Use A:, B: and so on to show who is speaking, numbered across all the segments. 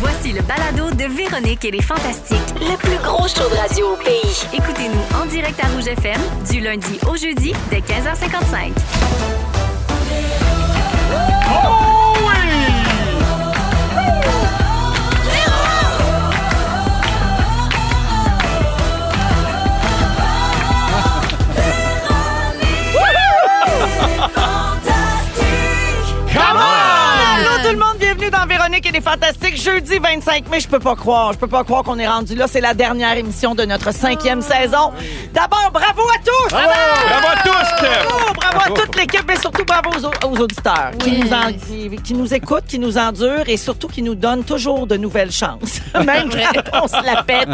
A: Voici le balado de Véronique et les Fantastiques, le plus gros show de radio au pays. Écoutez-nous en direct à Rouge FM du lundi au jeudi dès 15h55.
B: Oh oui! Come on! Allô tout le monde, bienvenue dans Véronique et les Fantastiques. Jeudi 25 mai, je peux pas croire, je peux pas croire qu'on est rendu là. C'est la dernière émission de notre cinquième saison. D'abord, bravo à tous! Bravo,
C: Bravo à tous!
B: Bravo, bravo à toute l'équipe, mais surtout bravo aux, au- aux auditeurs qui, nous en- qui- qui nous écoutent, qui nous endurent et surtout qui nous donnent toujours de nouvelles chances, même quand on se la pète.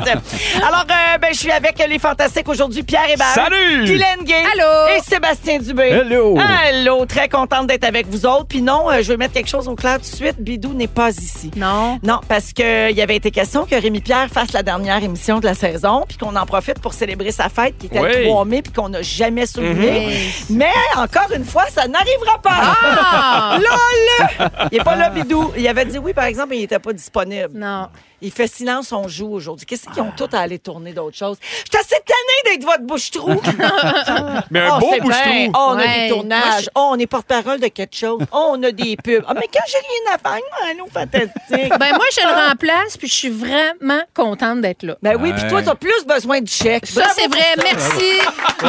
B: Alors, euh, ben, je suis avec les fantastiques aujourd'hui, Pierre Hébert,
C: Salut!
B: Guylaine Gay
D: Allô!
B: et Sébastien Dubé.
C: Hello!
B: Allô, très contente d'être avec vous autres. Puis non, euh, je vais mettre quelque chose au clair tout de suite. Bidou n'est pas ici.
D: Non.
B: Non, parce que euh, il y avait été question que Rémi Pierre fasse la dernière émission de la saison, puis qu'on en profite pour célébrer sa fête qui était
C: Oui.
B: le 3 mai, puis qu'on n'a jamais souligné.
D: Oui.
B: Mais encore une fois, ça n'arrivera pas.
D: Ah!
B: LOL! Il n'est pas là, Bidou. Il avait dit oui, par exemple, mais il n'était pas disponible.
D: Non.
B: Il fait silence, on joue aujourd'hui. Qu'est-ce qu'ils ont tous à aller tourner d'autres choses? Je suis assez tannée d'être votre bouche-trou.
C: Mais un
B: Oh,
C: beau
B: c'est bien.
C: bouche-trou!
B: Oh, on a
D: Ah, Ouais.
B: des
D: Moi,
B: tournages.
D: je-
B: Oh, on est porte-parole de quelque chose. Oh, on a des pubs. Ah, mais quand j'ai rien à faire, moi, allô, fantastique.
D: Ben moi, je le remplace, puis je suis vraiment contente d'être là.
B: Ben oui, puis toi, t'as plus besoin du chèque.
D: Ça, c'est vrai. Merci.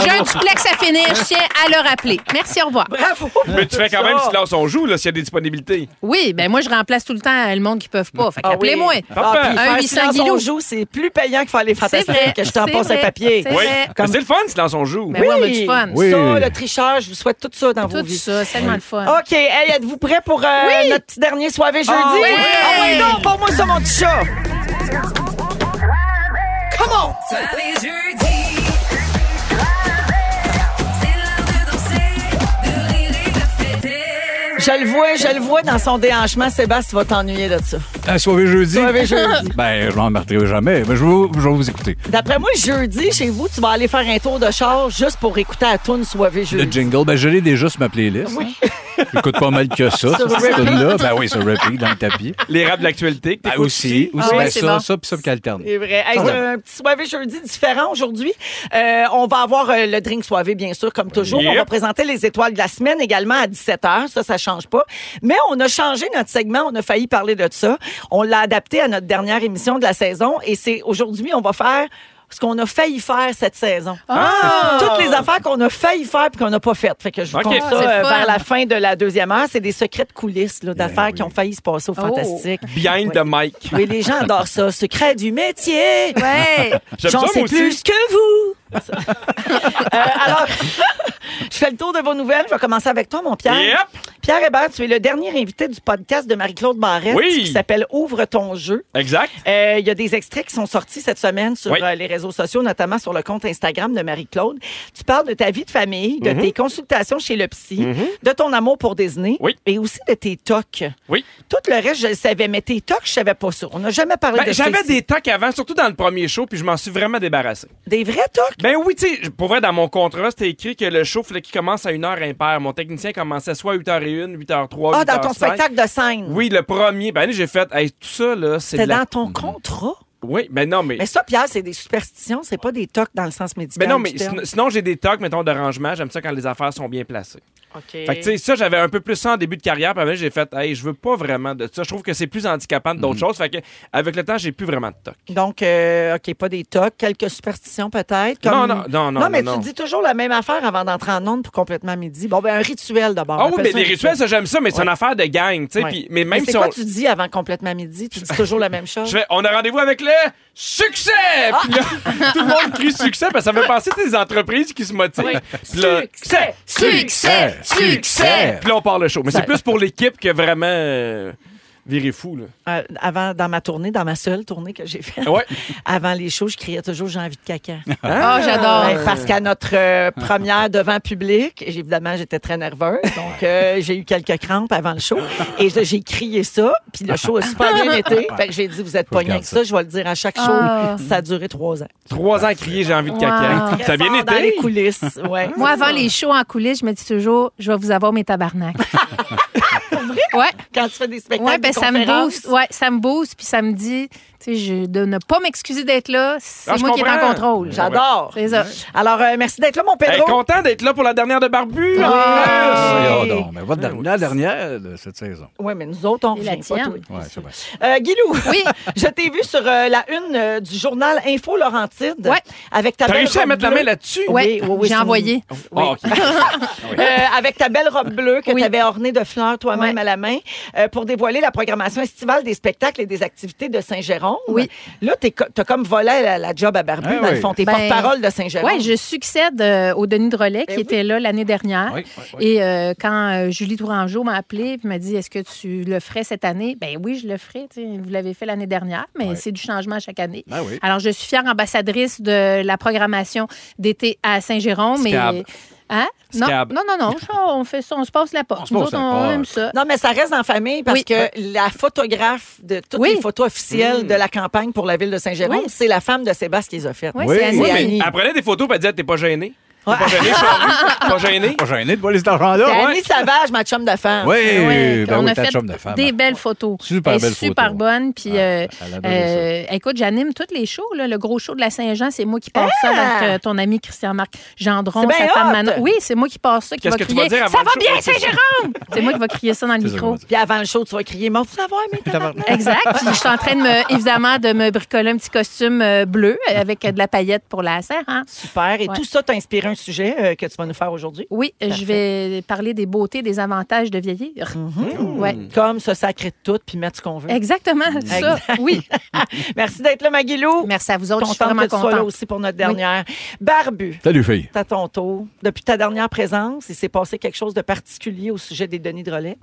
D: J'ai un duplex à finir. Je tiens à le rappeler. Merci, au revoir.
B: Bravo.
C: Mais tu fais quand même silence, on joue, là, s'il y a des disponibilités.
D: Oui, ben moi, je remplace tout le temps euh, le monde qui ne peuvent pas. Fait
B: Ah
D: qu'appelez-moi.
C: Parfait.
D: Un
B: Un
D: 800
B: 800
D: Guilou.
B: on joue, c'est plus payant que faire les
D: C'est vrai.
B: fantastiques que je t'en
D: C'est
B: passe un
D: vrai.
B: papier.
D: C'est
C: Oui.
D: vrai.
C: Mais Ben, C'est le fun, silence, on joue.
D: Ben oui, on a du fun.
C: Oui.
B: Ça, le tricheur, je vous souhaite tout ça dans vos
D: Tout
B: vies.
D: ça, c'est tellement le fun.
B: OK, hey, êtes-vous prêts pour euh, notre petit dernier soirée jeudi?
D: oui!
B: Ah ouais, non, pour moi, ça, mon petit chat. Come on! Je le vois, je le vois dans son déhanchement. Sébastien, tu vas t'ennuyer de ça.
E: Ah, soirée jeudi?
B: Soirée jeudi.
E: Ben, je m'en martyrai jamais, mais je vais, je vais vous écouter.
B: D'après moi, jeudi, chez vous, tu vas aller faire un tour de char juste pour écouter à tune Soirée
E: Le
B: jeudi.
E: jingle, ben, je l'ai déjà sur ma playlist. Oui. J'écoute pas mal que ça,
B: Sur
E: cette
B: repeat.
E: tune-là. Ben oui, sur repeat, dans le tapis.
C: Les raps de l'actualité. que
E: Ben,
C: t'écoutes
E: aussi, aussi,
D: Ah
E: ben,
D: oui, c'est
E: ça,
D: bon.
E: ça, puis ça, puis qu'alterne.
B: C'est vrai. Hey, c'est un petit soirée jeudi différent aujourd'hui. Euh, on va avoir euh, le drink soirée, bien sûr, comme toujours. On va
C: Yep.
B: présenter les étoiles de la semaine également à 17h. Ça, ça change pas. Mais on a changé notre segment. On a failli parler de ça. On l'a adapté à notre dernière émission de la saison. Et c'est aujourd'hui, on va faire ce qu'on a failli faire cette saison.
D: Ah!
B: Hein? Toutes les affaires qu'on a failli faire puis qu'on n'a pas faites. Fait que je vous
C: Ok.
B: compte
C: Ah,
B: ça
D: c'est
B: euh,
D: fun.
B: vers la fin de la deuxième heure. C'est des secrets de coulisses là, d'affaires qui ont failli se passer au
D: Oh.
B: Fantastique.
C: Ben Behind
B: Ouais.
C: the mic.
B: Oui, les gens adorent ça. Secret du métier.
D: Ouais.
C: J'aime
B: J'en
C: ça,
B: sais
C: moi aussi.
B: plus que vous. Euh, alors, je fais le tour de vos nouvelles. Je vais commencer avec toi, mon Pierre.
C: Yep.
B: Pierre Hébert, tu es le dernier invité du podcast de Marie-Claude Barrette
C: Oui.
B: qui s'appelle Ouvre ton jeu.
C: Exact.
B: Euh, Il y a des extraits qui sont sortis cette semaine sur
C: Oui.
B: euh, les réseaux sociaux, notamment sur le compte Instagram de Marie-Claude. Tu parles de ta vie de famille,
C: Mhm.
B: de tes consultations chez le psy, de ton amour pour Disney
C: Oui.
B: et aussi de tes tocs.
C: Oui.
B: Tout le reste, je le savais, mais tes tocs, je savais pas ça. On n'a jamais parlé
C: Ben,
B: de ça.
C: J'avais
B: ici.
C: des tocs avant, surtout dans le premier show, puis je m'en suis vraiment débarrassé.
B: des vrais tocs.
C: Ben oui, tu sais, pour vrai, dans mon contrat, c'était écrit que le show, fallait qu'il commence à une heure impaire. Mon technicien commençait soit à 8h01, 8h03,
B: Ah, dans ton
C: 8h05.
B: spectacle de scène.
C: Oui, le premier. Ben, j'ai fait, hey, tout ça, là, c'est
B: C'était
C: de la... Mm-hmm.
B: dans ton contrat.
C: Oui, ben non, mais...
B: Mais ça, Pierre, c'est des superstitions, c'est pas des tocs dans le sens médical.
C: Ben non, mais
B: du terme.
C: sin- sinon, j'ai des tocs, mettons, de rangement. J'aime ça quand les affaires sont bien placées.
B: OK.
C: Fait que, tu sais, ça, j'avais un peu plus ça en début de carrière. Puis après, j'ai fait, hey, je veux pas vraiment de ça. Je trouve que c'est plus handicapant
B: Mhm.
C: que d'autres choses. Fait que, avec le temps, j'ai plus vraiment de tocs.
B: Donc, euh, OK, pas des tocs, quelques superstitions peut-être. comme-
C: Non, non, non, non,
B: Non, mais
C: non,
B: tu
C: non.
B: dis toujours la même affaire avant d'entrer en onde pour complètement midi. Bon, ben un rituel d'abord.
C: Ah
B: On
C: oui,
B: appelle
C: mais
B: ça
C: les
B: un
C: rituels, ça, j'aime ça, mais c'est
B: Ouais.
C: une affaire de gang, tu sais.
B: Ouais.
C: puis- Mais même
B: c'est
C: si
B: quoi
C: on.
B: tu dis avant complètement midi? Tu dis Ah! toujours la même chose?
C: Je fais, on a rendez-vous avec le succès! Puis là, tout le monde crie succès parce que ça fait penser tu sais, des entreprises qui se motivent. Puis là, succès!
D: Succès! Succès!
C: Puis là, on part le show. Mais c'est plus pour l'équipe que vraiment. euh, virer fou, là.
B: Euh, avant, dans ma tournée, dans ma seule tournée que j'ai faite,
C: Ah Ouais.
B: avant les shows, je criais toujours J'ai envie de caca.
D: Ah, j'adore.
B: Ouais, parce qu'à notre euh, première devant public, j'ai- évidemment, j'étais très nerveuse. Donc, euh, j'ai eu quelques crampes avant le show. Et je- j'ai crié ça. Puis le show a super bien été. Fait que j'ai dit, vous êtes
E: Faut
B: pognés
E: garder
B: avec ça. Je vais le dire à chaque show.
D: Ah.
B: Ça a duré trois ans.
C: Trois ans à crier, j'ai envie de caca.
D: Wow.
C: Ça a bien
B: Fort Dans les
C: été.
B: coulisses. Ouais.
D: Moi, avant les shows en coulisses, je me dis toujours, je vais vous avoir mes tabarnaks. ouais.
B: Quand tu fais des spectacles,
D: Ouais, ben
B: des
D: ça me
B: conférences,
D: booste. Ouais, ça me booste, puis ça me dit, tu sais, je, de ne pas m'excuser d'être là, c'est
C: Ah, je
D: moi qui est en
C: comprends.
D: contrôle.
B: J'adore.
D: C'est ça.
B: Alors, euh, merci d'être là, mon
C: Hey,
B: Pedro.
C: content d'être là pour la dernière de Barbu. en
B: Ah.
C: plus.
E: Voyons donc, mais votre dernière, la dernière de cette saison.
B: Oui, mais nous autres, on
D: Et
B: revient
D: la
B: pas.
D: tienne.
B: toi.
E: Ouais, c'est vrai.
B: Euh, Guilou,
D: Oui.
B: je t'ai vu sur euh, la une euh, du journal Info Laurentide.
D: Ouais.
B: Avec ta
C: T'as
B: belle
C: réussi à
B: robe
C: mettre la
B: bleue.
C: main là-dessus?
D: Ouais,
B: oui, oui,
D: j'ai
B: c'est-
D: envoyé.
C: Ah, ok.
B: Euh, avec ta belle robe bleue que
D: Oui.
B: tu avais ornée de fleurs toi-même
D: Ouais.
B: à la main euh, pour dévoiler la programmation estivale des spectacles et des activités de Saint-Jérôme.
D: Oui.
B: Là, t'es co- t'as comme volé la, la job à Barbu,
E: Ah
B: dans le
E: oui.
B: fond. T'es
D: Ben,
B: porte-parole de Saint-Jérôme.
D: Oui, je succède euh, au Denis Drolet, qui
B: oui.
D: était là l'année dernière.
E: Oui, oui, oui.
D: Et euh, quand euh, Julie Tourangeau m'a appelé et m'a dit Est-ce que tu le ferais cette année Ben oui, je le ferai. tu sais, Vous l'avez fait l'année dernière, mais
E: Oui.
D: c'est du changement chaque année.
E: Ben oui.
D: Alors, je suis fière ambassadrice de la programmation d'été à Saint-Jérôme. et-
C: Scab.
D: Hein? Non,
C: Scab.
D: non, non, non, ça, on fait ça, on se passe la porte.
E: On se
D: Nous
E: passe
D: autres,
E: la
D: on
E: porte.
D: aime ça.
B: Non, mais ça reste en famille parce
D: Oui.
B: que la photographe de toutes
D: Oui.
B: les photos
C: Mm.
B: officielles de la campagne pour la ville de Saint-Jérôme,
D: Oui.
B: c'est la femme de Sébastien Isoffette.
D: Ouais,
E: Oui.
D: c'est Annie.
C: Oui, mais
B: Annie.
C: elle prenait des photos et elle disait T'es pas gêné. T'es
B: Ouais.
C: pas gêné, Charles? Pas gêné.
E: Pas gêné de voir les
C: Ah,
E: argents-là.
B: Annie Ah Savage, ma chum de femme.
E: Oui,
D: Ah Ouais,
E: oui, ben
D: on
E: oui,
D: a
E: ta
D: fait
E: chum de femme.
D: des belles photos.
E: Super
D: Elle est
E: belles
D: super
E: photos.
D: bonne. Puis, euh,
E: Ouais, elle adorait
D: euh, écoute, j'anime tous les shows. là. Le gros show de la Saint-Jean, c'est moi qui passe ça avec euh, ton ami Christian-Marc Gendron,
B: C'est
D: sa
B: bien
D: femme
B: hot!
D: Manon. Oui, c'est moi qui passe ça, qui
C: Qu'est-ce
D: va
C: que tu
D: crier
C: vas dire avant
D: Ça
C: le
D: va
C: show?
D: bien,
C: Ouais, c'est ça.
D: Saint-Jérôme! C'est moi qui va crier ça dans le
E: C'est ça qu'on
D: micro.
E: va dire.
B: Puis avant le show, tu vas crier Mon savoir, mes tabarnak.
D: Exact. Puis je suis en train de me, évidemment, de me bricoler un petit costume euh, bleu avec euh, de la paillette pour la serre. hein.
B: Super. Et
D: Ouais.
B: tout ça t'a inspiré un sujet euh, que tu vas nous faire aujourd'hui.
D: Oui, euh, je vais parler des beautés, des avantages de vieillir. Ouais.
B: Comme se sacrer de tout puis mettre ce qu'on veut.
D: Exactement, ça. Oui.
B: Merci d'être là, Maguilou.
D: Merci à vous autres. Je suis
B: Contente
D: vraiment
B: que tu sois là
D: contente.
B: aussi pour notre dernière. Barbu.
E: Salut, fille.
B: C'est à ton tour. Depuis ta dernière présence, il s'est passé quelque chose de particulier au sujet des Denis Drolet.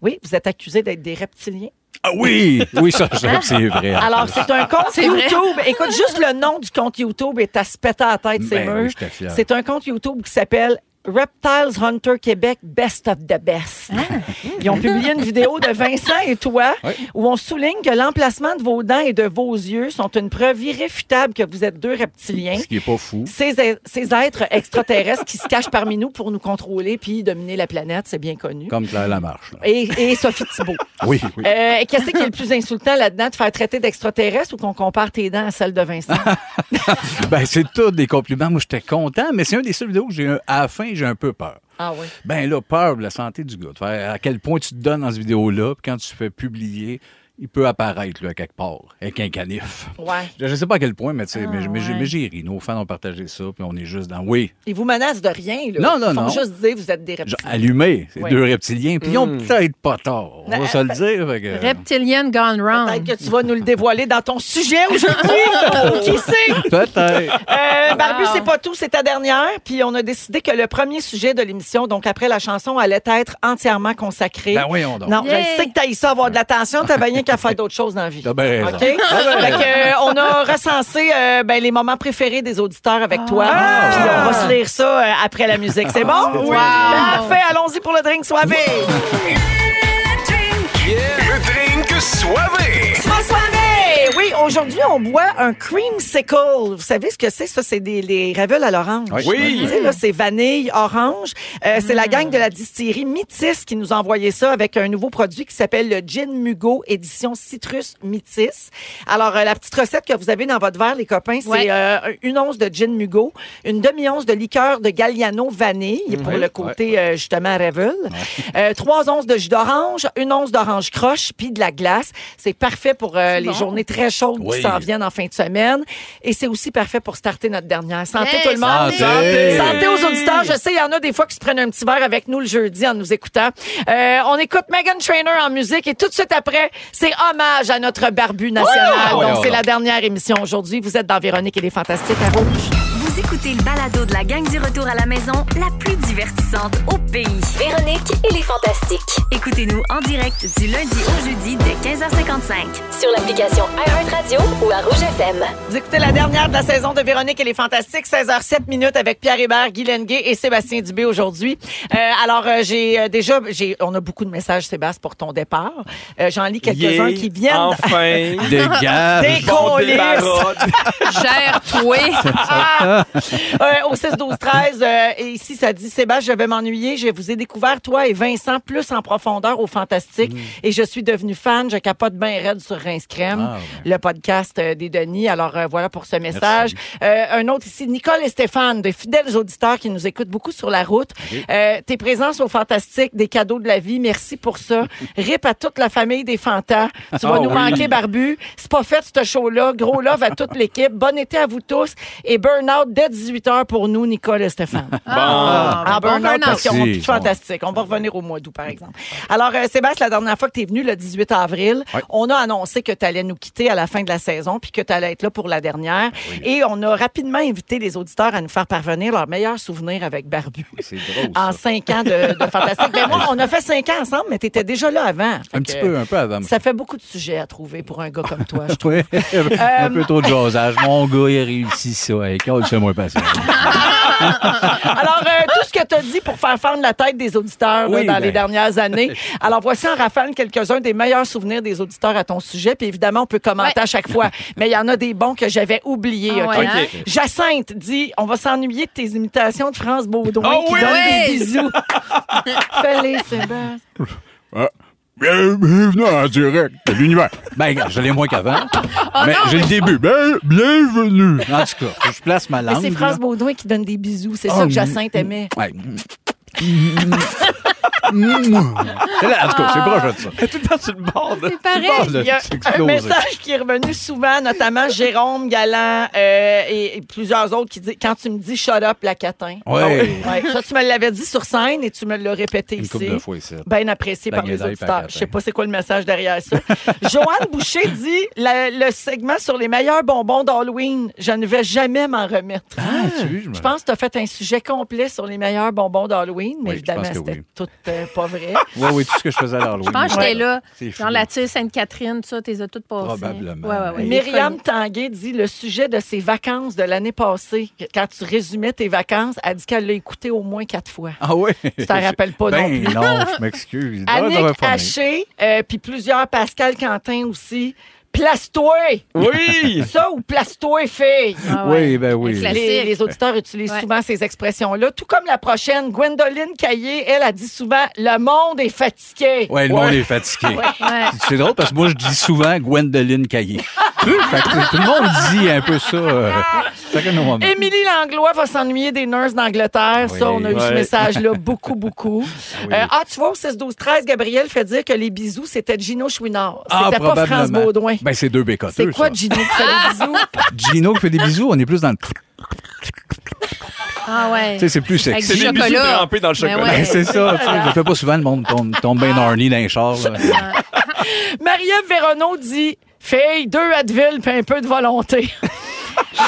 B: Oui, vous êtes accusé d'être des reptiliens.
E: Ah oui, oui, ça, je trouve que c'est vrai.
B: Alors, c'est un compte
D: C'est vrai.
B: YouTube. Écoute, juste le nom du compte YouTube est à se péter à la tête, c'est
E: Ben oui,
B: murs.
E: j'étais fier.
B: C'est un compte YouTube qui s'appelle Reptiles Hunter Québec Best of the Best.
D: Ah.
B: Ils ont publié une vidéo de Vincent et toi où on souligne que l'emplacement de vos dents et de vos yeux sont une preuve irréfutable que vous êtes deux reptiliens.
E: Ce qui est pas fou.
B: Ces, e-, ces êtres extraterrestres qui se cachent parmi nous pour nous contrôler puis dominer la planète, c'est bien connu.
E: Comme Claire Lamarche. là.
B: Et, et Sophie Thibault.
E: Oui, oui.
B: Euh, Qu'est-ce qui est le plus insultant là-dedans, de faire traiter d'extraterrestre ou qu'on compare tes dents à celles de Vincent?
E: Ben, c'est tout des compliments. Moi, j'étais content, mais c'est un des seuls vidéos où j'ai un, à la fin, j'ai un peu peur.
B: Ah oui.
E: Ben là, peur de la santé du gars. de faire à quel point tu te donnes dans cette vidéo-là, puis quand tu fais publier, il peut apparaître, là, quelque part, avec un canif.
B: Ouais.
E: Je ne sais pas à quel point, mais, tu sais, mais,
B: Ah,
E: mais j'ai-
D: ouais.
E: mais j'ai ri. Nos fans ont partagé ça, puis on est juste dans. Oui,
B: Ils vous menacent de rien, là.
E: Non, non,
B: Ils font
E: non.
B: juste dire vous êtes des reptiliens.
E: genre, allumé, ces
B: Oui. Mm.
E: deux reptiliens, puis ils ont peut-être pas tort. On
B: Ben,
E: va se le dire. fait que-
D: Reptilian gone
B: Peut-être
D: wrong.
B: que tu vas nous le dévoiler dans ton sujet aujourd'hui. Qui sait?
E: Peut-être.
B: Euh, Barbu,
D: Wow.
B: c'est pas tout, c'est ta dernière. Puis on a décidé que le premier sujet de l'émission, donc après la chanson, allait être entièrement consacré.
E: Ben voyons donc.
B: Non,
D: Yay.
B: je le sais que t'as ça avoir de l'attention, t'as bien qu'à faire d'autres choses dans la vie.
E: T'as bien raison.
B: OK? Fait que, euh, on a recensé euh, ben, les moments préférés des auditeurs avec toi. Puis on va
E: Ah.
B: se lire ça euh, après la musique. C'est bon? Oui. Parfait, allons-y pour le drink soivé.
F: Le drink soivé.
B: Soivé! Oui, aujourd'hui, on boit un cream sickle. Vous savez ce que c'est? Ça, c'est des les ravioles à l'orange.
E: Oui.
C: Oui.
B: Tu sais, là, c'est vanille, orange. Euh, C'est la gang de la distillerie Mitis qui nous a envoyé ça avec un nouveau produit qui s'appelle le Gin Mugo édition Citrus Mitis. Alors, euh, la petite recette que vous avez dans votre verre, les copains, c'est
D: Ouais.
B: euh, une once de Gin Mugo, une demi-once de liqueur de Galliano vanille pour
E: Ouais,
B: le côté, euh, justement, Revel. Euh, trois onces de jus d'orange, une once d'orange croche, puis de la glace. C'est parfait pour euh, les
D: bon.
B: journées très chaudes
E: Oui.
B: qui s'en viennent en fin de semaine. Et c'est aussi parfait pour starter notre dernière. Santé
D: Hey,
B: tout le monde!
D: santé!
E: Santé!
B: Santé aux auditeurs. Je sais, il y en a des fois qui se prennent un petit verre avec nous le jeudi en nous écoutant. Euh, on écoute Megan Trainer en musique et tout de suite après, c'est hommage à notre barbu national.
E: Ouais,
B: Donc,
E: ouais,
B: c'est
E: ouais.
B: la dernière émission aujourd'hui. Vous êtes dans Véronique et les Fantastiques à Rouge.
A: Vous écoutez écouter le balado de la gang du retour à la maison, la plus divertissante au pays.
G: Véronique et les Fantastiques.
A: Écoutez-nous en direct du lundi au jeudi dès 15h55.
G: Sur l'application iHeartRadio ou à Rouge FM.
B: Vous écoutez la dernière de la saison de Véronique et les Fantastiques, 16h07 minutes avec Pierre Hébert, Guy Lenguet et Sébastien Dubé aujourd'hui. Euh, alors, euh, j'ai euh, déjà, j'ai, on a beaucoup de messages, Sébastien, pour ton départ. Euh, j'en lis quelques-uns
C: Yeah,
B: qui viennent.
C: Enfin!
E: Dégage!
B: Des
C: Bon
B: colis.
C: débarras.
D: Gère-toi.
B: Ah! Euh, au 6 12 13 euh, et ici ça dit Sébastien, je vais m'ennuyer, je vous ai découvert toi et Vincent plus en profondeur au fantastique et je suis devenue fan, je capote bien raide sur Rince Crème,
E: Ah,
B: le podcast euh, des Denis. Alors euh, voilà pour ce message. Euh, un autre ici Nicole et Stéphane, de fidèles auditeurs qui nous écoutent beaucoup sur la route. Euh, tes présences au fantastique, des cadeaux de la vie, merci pour ça. Rip à toute la famille des fantas. Tu vas
E: Oh,
B: nous
E: oui.
B: manquer Barbu. C'est pas fait, ce show-là. Gros love à toute l'équipe. Bon été à vous tous. Et burn-out dès 18h pour nous, Nicole et Stéphane.
D: Ah,
B: Ah,
E: ben,
D: bon,
B: burn-out, parce qu'ils ont
E: Merci.
B: tout fantastique. On va revenir au mois d'août, par exemple. Alors, euh, Sébastien, la dernière fois que tu es venu, le 18 avril,
E: Ouais.
B: on a annoncé que tu allais nous quitter à la fin de la saison puis que tu allais être là pour la dernière.
E: Ben
B: Et on a rapidement invité les auditeurs à nous faire parvenir leurs meilleurs souvenirs avec Barbu.
E: C'est drôle, ça.
B: En cinq ans de, de fantastique. Ben moi, on a fait cinq ans ensemble, mais tu étais déjà là avant. Fait
E: Un
B: que,
E: petit peu, hein. un peu avant.
B: Ça fait beaucoup de sujets à trouver pour un gars comme toi, je trouve.
E: Ouais. un peu trop de jasage. Mon gars, il a réussi ça. Hey, Carl, c'est moins patient.
B: Alors, euh, tout ce que tu as dit pour faire fendre la tête des auditeurs là,
E: Oui,
B: dans
E: ben.
B: les dernières années. Alors, voici en rafale quelques-uns des meilleurs souvenirs des auditeurs à ton sujet. Puis évidemment, on peut commenter
D: Ouais.
B: à chaque fois. Mais il y en a des bons que j'avais oubliés.
D: Ah
B: OK?
D: ouais,
C: hein?
B: Jacinthe dit on va s'ennuyer de tes imitations de France Baudouin
E: Ah
C: Oh
B: qui
C: oui!
B: donne des
D: Oui!
B: bisous. Fais-les, Sébastien.
H: Bienvenue en direct de l'univers.
E: Ben, regarde, je l'ai moins qu'avant. mais
D: non,
E: j'ai le début.
H: Bien- Ben, bienvenue.
E: En tout cas, faut que je place ma
B: Mais
E: langue.
B: c'est France
E: là.
B: Baudouin qui donne des bisous.
E: Oh,
B: C'est ça que Jacinthe aimait.
E: Ouais. c'est là, en tout cas, c'est proche de ça.
C: Tout le temps sur le bord. là.
D: C'est pareil.
E: Bon, là,
B: Il y a
E: c'est
B: un
E: explosé.
B: message qui est revenu souvent, notamment Jérôme Galland euh, et, et plusieurs autres qui disent Quand tu me dis shut up, la catin.
E: Ouais.
B: Ah Ouais. Ça, tu me l'avais dit sur scène et tu me l'as répété
E: Une couple
B: ici.
E: de fois ici.
B: Bien apprécié
E: La
B: par les
E: guédaille,
B: auditeurs.
E: Pacatin.
B: Je sais pas c'est quoi le message derrière ça. Joanne Boucher dit La- le segment sur les meilleurs bonbons d'Halloween, je ne vais jamais m'en remettre.
E: Ah, tu vois, je me...
B: Je pense que tu as fait un sujet complet sur les meilleurs bonbons d'Halloween, mais
E: Oui, je
B: évidemment,
E: pense que
B: c'était
E: oui.
B: tout euh, pas vrai.
E: Ouais, oui, tout ce que je faisais à l'Halloween.
D: Je pense que j'étais là.
E: C'est fou.
D: Genre la tire Sainte-Catherine, tout ça, t'es toutes passées.
E: Probablement.
D: Ouais, ouais, ouais.
B: Myriam Tanguay dit le sujet de ses vacances de l'année passée, que- quand tu résumais tes vacances, elle dit qu'elle l'a écouté au moins quatre fois.
E: Ah oui?
B: Tu t'en rappelles pas non
E: Ben
B: plus.
E: non, je m'excuse. Ah, ça va
B: Annick
E: pas mal.
B: Haché, euh, puis plusieurs, Pascal Quentin aussi. Place-toi!
C: Oui!
B: Ça ou place-toi, fille!
D: Ah ouais.
E: Oui, ben oui.
B: Les,
D: Avec Classique.
B: les auditeurs utilisent
D: Ouais.
B: souvent ces expressions-là. Tout comme la prochaine, Gwendoline Caillé, elle a dit souvent Le monde est fatigué.
E: Ouais, le monde est fatigué.
B: Ah
D: Ouais.
E: C'est drôle parce que moi, je dis souvent Gwendoline Caillé. Fait que tout le monde dit un peu ça. euh, chacun nos moments.
B: Émilie Langlois va s'ennuyer des nurses d'Angleterre. Ça,
E: Oui.
B: on a eu ce
C: Ouais.
B: message-là beaucoup, beaucoup. Euh, ah, tu vois, au 6-12-13, Gabriel fait dire que les bisous, c'était Gino Chouinard.
E: Ah,
B: C'était pas
E: probablement.
B: France Baudouin.
E: Ben, c'est deux bécoteux.
B: C'est quoi
E: ça.
B: Gino qui fait les bisous?
E: Gino qui fait des bisous, on est plus dans le. Tu
D: Ah ouais.
E: sais, c'est plus sexy.
D: Avec
C: C'est
D: Du
C: des bisous
D: chocolat.
C: trempés dans le
D: Ben
C: chocolat.
D: ouais.
E: Ben, c'est ça, tu sais, je le fais pas souvent, le monde tombe, tombe bien horny dans les chars. là.
B: Marie-Ève Véronneau dit Fille, deux Advil puis un peu de volonté.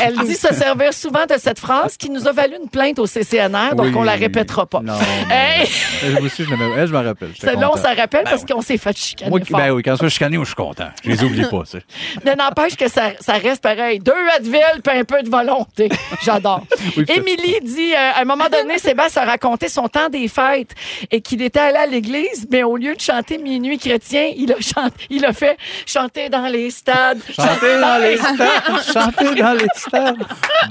B: Elle dit se servir souvent de cette phrase qui nous a valu une plainte au CCNR, Ah, donc
E: Oui.
B: on la répétera pas.
E: Non.
B: Hey!
E: mais- Moi aussi, je me- elle, je m'en rappelle. j'étais
B: Celle-là, on
E: content. Ben
B: s'en rappelle parce qu'on s'est fait chicaner
E: Moi, qui-
B: fort.
E: ben oui, quand je suis chicané, moi, je suis content. Je les oublie pas, tu sais.
B: Mais n'empêche que ça, ça reste pareil. Deux Advil, puis un peu de volonté. J'adore.
E: Oui, puis-
B: Émilie dit, euh, à un moment donné, Sébastien a raconté son temps des fêtes et qu'il était allé à l'église, mais au lieu de chanter Minuit chrétien, il a, chanté, il a fait chanter dans les stades.
E: Chanter dans les stades. Chanter dans les stades.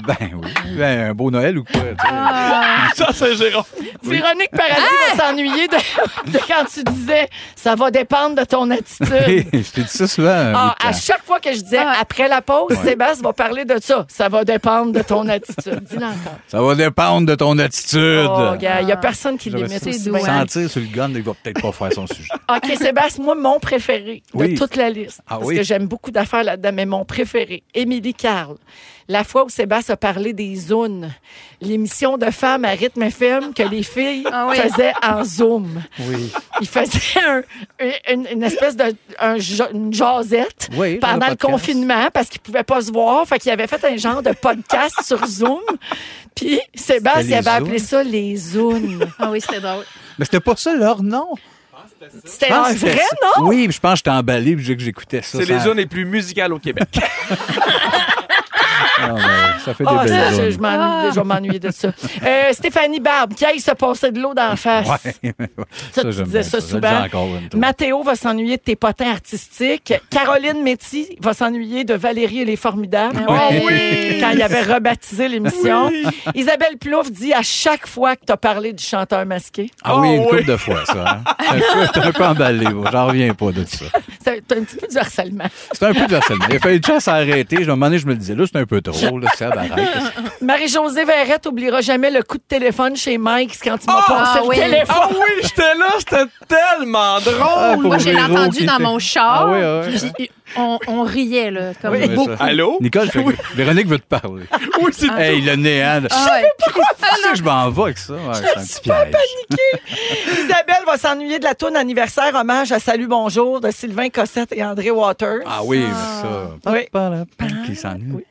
E: Ben oui. Ben, un beau Noël ou quoi? tu sais.
B: Ah.
C: Ça, c'est Jérôme.
B: Véronique Paradis va s'ennuyer de, de quand tu disais « Ça va dépendre de ton attitude ».
E: je t'ai dit ça souvent.
B: Ah,
E: un bout de
B: à
E: temps.
B: chaque fois que je disais
D: Ah.
B: après la pause, Sébastien va parler de ça. Ça va dépendre de ton attitude. Dis-le encore.
E: Ça va dépendre de ton attitude.
B: Oh, gars, il n'y a personne qui
E: J'aurais
B: l'imite
D: su-
B: aussi
D: C'est
B: bien.
D: doux, hein.
E: Sentir sur le gun, il va peut-être pas faire son sujet.
B: OK, Sébastien, moi, mon préféré de
E: Oui.
B: toute la liste,
E: Ah
B: parce
E: oui?
B: que j'aime beaucoup d'affaires là-dedans, mais mon préféré, Émilie Carl. la fois où Sébastien a parlé des zooms, l'émission de femmes à rythme FM que les filles
D: Ah oui.
B: faisaient en zoom. Il faisait un- une, une espèce de un ja- une jasette
E: Oui, dans
B: pendant
E: le
B: le
E: podcast.
B: confinement parce qu'il pouvait pas se voir. Fait qu'il avait fait un genre de podcast sur Zoom. Puis Sébastien
E: C'était les
B: avait appelé ça les zooms.
D: Ah oui, c'était drôle.
E: Mais c'était pas ça leur nom.
B: C'était
E: Je pense
B: un
E: que Ah, c'était
B: Eh, vrai,
E: ça.
B: non?
E: Oui, mais je pense que j'étais emballé puis que j'écoutais ça.
C: C'est les
E: ça-
C: zones les plus musicales au Québec.
E: Ah, ouais, ça fait
B: Ah,
E: des
B: ça,
E: belles
B: je,
E: zones.
B: je m'ennuie, je vais m'ennuyer de ça. Euh, Stéphanie Barbe, qui aille se passer de l'eau d'en face.
E: Ouais, ouais,
B: Ça, tu
E: j'aime
B: disais
E: bien
B: ça,
E: Je le
B: souvent.
E: dis encore une fois.
B: Mathéo va s'ennuyer de tes potins artistiques. Caroline Métis va s'ennuyer de Valérie et les Formidables.
D: Ah oui.
B: Quand il avait rebaptisé l'émission. Isabelle Plouffe dit à chaque fois que tu as parlé du chanteur masqué.
E: Ah oui, une
C: Oh, oui.
E: couple de fois, ça. hein. C'est un peu- c'est un peu emballé. moi. J'en reviens pas de ça.
B: C'est un petit peu du harcèlement.
E: C'était un peu de harcèlement. Il a fallu une chance à arrêter. Je me demandais, je me le disais, là, c'est un peu trop. Là, ça, ben, arrête.
B: Marie-Josée Verrette n'oubliera jamais le coup de téléphone chez Mike quand tu m'as passé
D: ah
B: le
D: oui.
B: téléphone.
C: Ah oui, j'étais là, c'était tellement
B: Oh,
E: Ah,
C: drôle.
E: pour
D: Moi, je l'ai
E: Véro
D: entendu
E: qui
D: dans
E: était-
D: mon char.
E: Ah oui, ah oui.
D: puis on, on riait, là. Comme
E: Oui, mais
D: beaucoup.
E: ça-
C: Allô?
E: Nicole, je- Véronique veut te parler.
C: Oui, c'est
E: Hey, le néant.
D: Ah ouais.
E: Qu'est-ce que je m'en vais avec ça? Ouais, c'est un petit piège.
B: Isabelle va s'ennuyer de la tourne anniversaire hommage à Salut Bonjour de Sylvain Cossette et André Waters.
E: Ah oui, mais ça.
B: Oui. Ah,
E: Qui s'ennuie?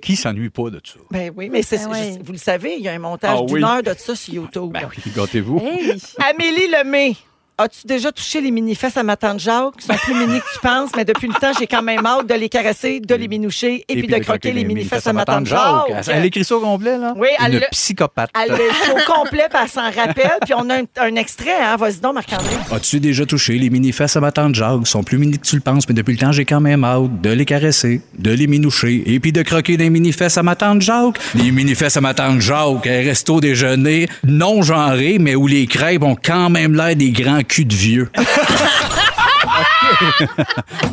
E: Qui s'ennuie pas de ça?
B: Ben oui, mais c'est-
D: Ben oui.
B: je- vous le savez, il y a un montage
C: Ah
B: d'une
C: oui.
B: heure de ça sur YouTube.
E: Gâtez-vous.
B: Eh,
D: Hey.
B: Amélie Lemay. As-tu déjà touché les mini-fesses à ma tante Jacques? Ils sont plus mini que tu penses, mais depuis le temps, j'ai quand même hâte de les caresser, de les minoucher et, puis de, croquer les mini-fesses à ma tante Jacques.
E: Elle écrit ça au complet, là?
B: Oui, elle
E: Une
B: le-
E: psychopathe.
B: Elle le joue au complet, puis elle s'en rappelle. Puis on a un, un extrait, hein? Vas-y donc, Marc-André.
E: As-tu déjà touché les mini-fesses à ma tante Jacques? sont plus mini que tu le penses, mais depuis le temps, j'ai quand même hâte de les caresser, de les minoucher et puis de croquer des mini-fesses à ma tante Jacques. Les mini-fesses à ma tante Jacques, un resto déjeuner non genré, mais où les crêpes ont quand même l'air des grands culs de vieux.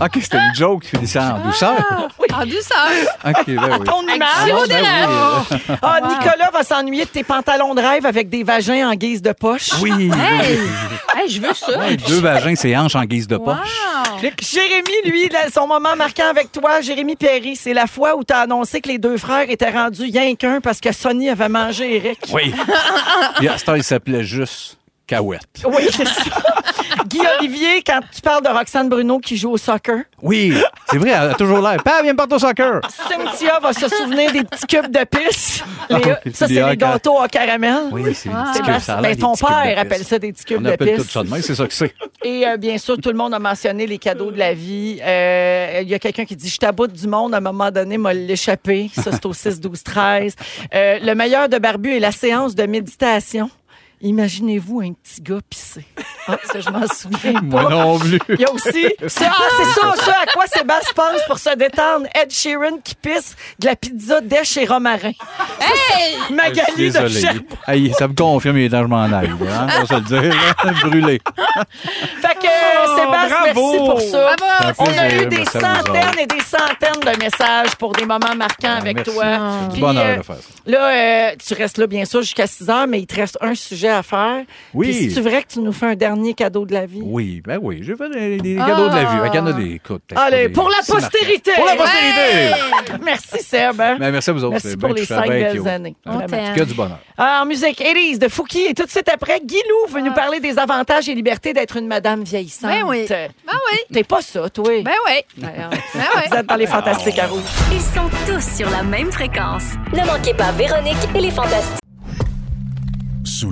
E: OK, c'était une joke qui finissait en douceur.
D: En douceur.
E: OK, ben oui.
B: Ton image.
D: Simon Delano.
B: Ah, Nicolas va s'ennuyer de tes pantalons de rêve avec des vagins en guise de poche.
E: Oui.
D: Hey. Hey, je veux ça.
E: Deux vagins, c'est hanches en guise de poche.
D: Wow.
B: Jérémy, lui, là, son moment marquant avec toi, Jérémy Perry, c'est la fois où t'as annoncé que les deux frères étaient rendus rien qu'un parce que Sonny avait mangé Eric.
E: Oui. Puis à cette heure, il s'appelait juste Cahouette.
B: Oui, c'est ça. Guy Olivier, quand tu parles de Roxane Bruno qui joue au soccer,
E: Oui, c'est vrai, elle a toujours l'air. Père, viens me porter au soccer.
B: Cynthia va se souvenir des petits cubes de pisse. Les-
E: Ah oui,
B: ça,
E: des
B: c'est
E: hauts
B: les
E: à
B: gâteaux à caramel.
E: Oui, c'est des petits
B: Sébastien,
E: cubes, ça a l'air
B: ben,
E: des
B: ton
E: petits cubes de
B: père
E: pisse.
B: appelle ça des petits cubes
E: On
B: de
E: appelle
B: pisse.
E: tout ça de même, c'est ça que c'est.
B: Et euh, bien sûr, tout le monde a mentionné les cadeaux de la vie. Euh, Il y a quelqu'un qui dit Je t'aboute du monde, à un moment donné, m'a l'échappé. Ça, c'est au 6, 12, 13. Euh, le meilleur de Barbu est la séance de méditation. Imaginez-vous un petit gars pissé. Ah, ça, je m'en souviens.
E: Moi non plus.
B: Il y a aussi. Ça, ah, c'est ça, ça à quoi Sébastien pense pour se détendre. Ed Sheeran qui pisse de la pizza dès chez Romarin.
D: Hey!
B: Magali de
E: Désolé.
B: Cher.
E: Hey, ça me confirme les dents, je m'en aille. Hein? On va se le dire. là. Brûlé.
B: Fait que, euh, Sébastien,
C: bravo!
B: merci pour ça.
D: Bravo!
E: Oh, Ça fait
B: On a
E: plaisir,
B: eu des
E: merci à vous
B: centaines
E: autres.
B: et des centaines de messages pour des moments marquants avec
E: Merci. Ah.
B: toi.
E: C'est
B: Puis,
E: du bonheur
B: euh,
E: de faire ça.
B: Là, euh, tu restes là, bien sûr, jusqu'à 6 heures, mais il te reste un sujet à faire.
E: Oui.
B: Puis, c'est-tu vrai que tu nous fais un dernier cadeau de la vie?
E: Oui, ben oui, j'ai fait des, des cadeaux de la vie. Il y en a des écoute, peut-être
B: Ah. Allez,
E: des-
B: pour la
E: c'est marquant.
B: postérité!
E: Pour la postérité!
B: Merci, Seb. hein?
E: Mais merci à vous autres.
B: Merci
E: c'est
B: pour
E: bien que
B: les
E: je suis
B: cinq
E: bien
B: belles
E: cute.
B: années.
D: On
B: Vraiment. Ah,
D: t'aime.
E: Que du bonheur.
B: En musique, Élise de Fouki. Et tout de suite après, Guilou veut nous parler des avantages et libertés d'être une madame vieillissante.
D: Ah. Ben oui. Ben oui.
B: T'es pas ça, toi.
D: Ben oui.
B: Ben,
D: Ben
B: vous
D: oui.
B: êtes dans les fantastiques à rouge.
A: Ils sont tous sur la même fréquence.
G: Ne manquez pas Véronique et les Fantastiques.
I: Sous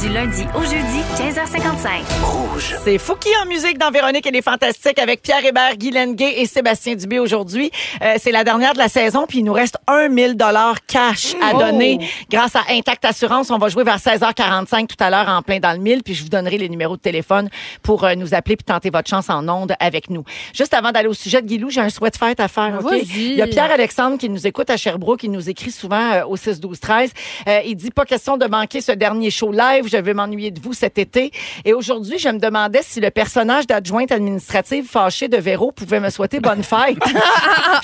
A: du lundi au jeudi, 15h55. Rouge.
B: C'est Fouki en musique dans Véronique et les Fantastiques avec Pierre Hébert, Guy Lenguet et Sébastien Dubé aujourd'hui. Euh, c'est la dernière de la saison, puis il nous reste 1 dollars cash à
D: Oh!
B: donner grâce à Intact Assurance. On va jouer vers 16h45 tout à l'heure en plein dans le mille, puis je vous donnerai les numéros de téléphone pour euh, nous appeler puis tenter votre chance en onde avec nous. Juste avant d'aller au sujet de Guilou, j'ai un souhait de fête à faire. OK?
D: Vas-y.
B: Il y a Pierre-Alexandre qui nous écoute à Sherbrooke, qui nous écrit souvent euh, au 6-12-13. Euh, il dit, pas question de manquer ce dernier show live, je vais m'ennuyer de vous cet été. Et aujourd'hui, je me demandais si le personnage d'adjointe administrative fâchée de Véro pouvait me souhaiter bonne fête.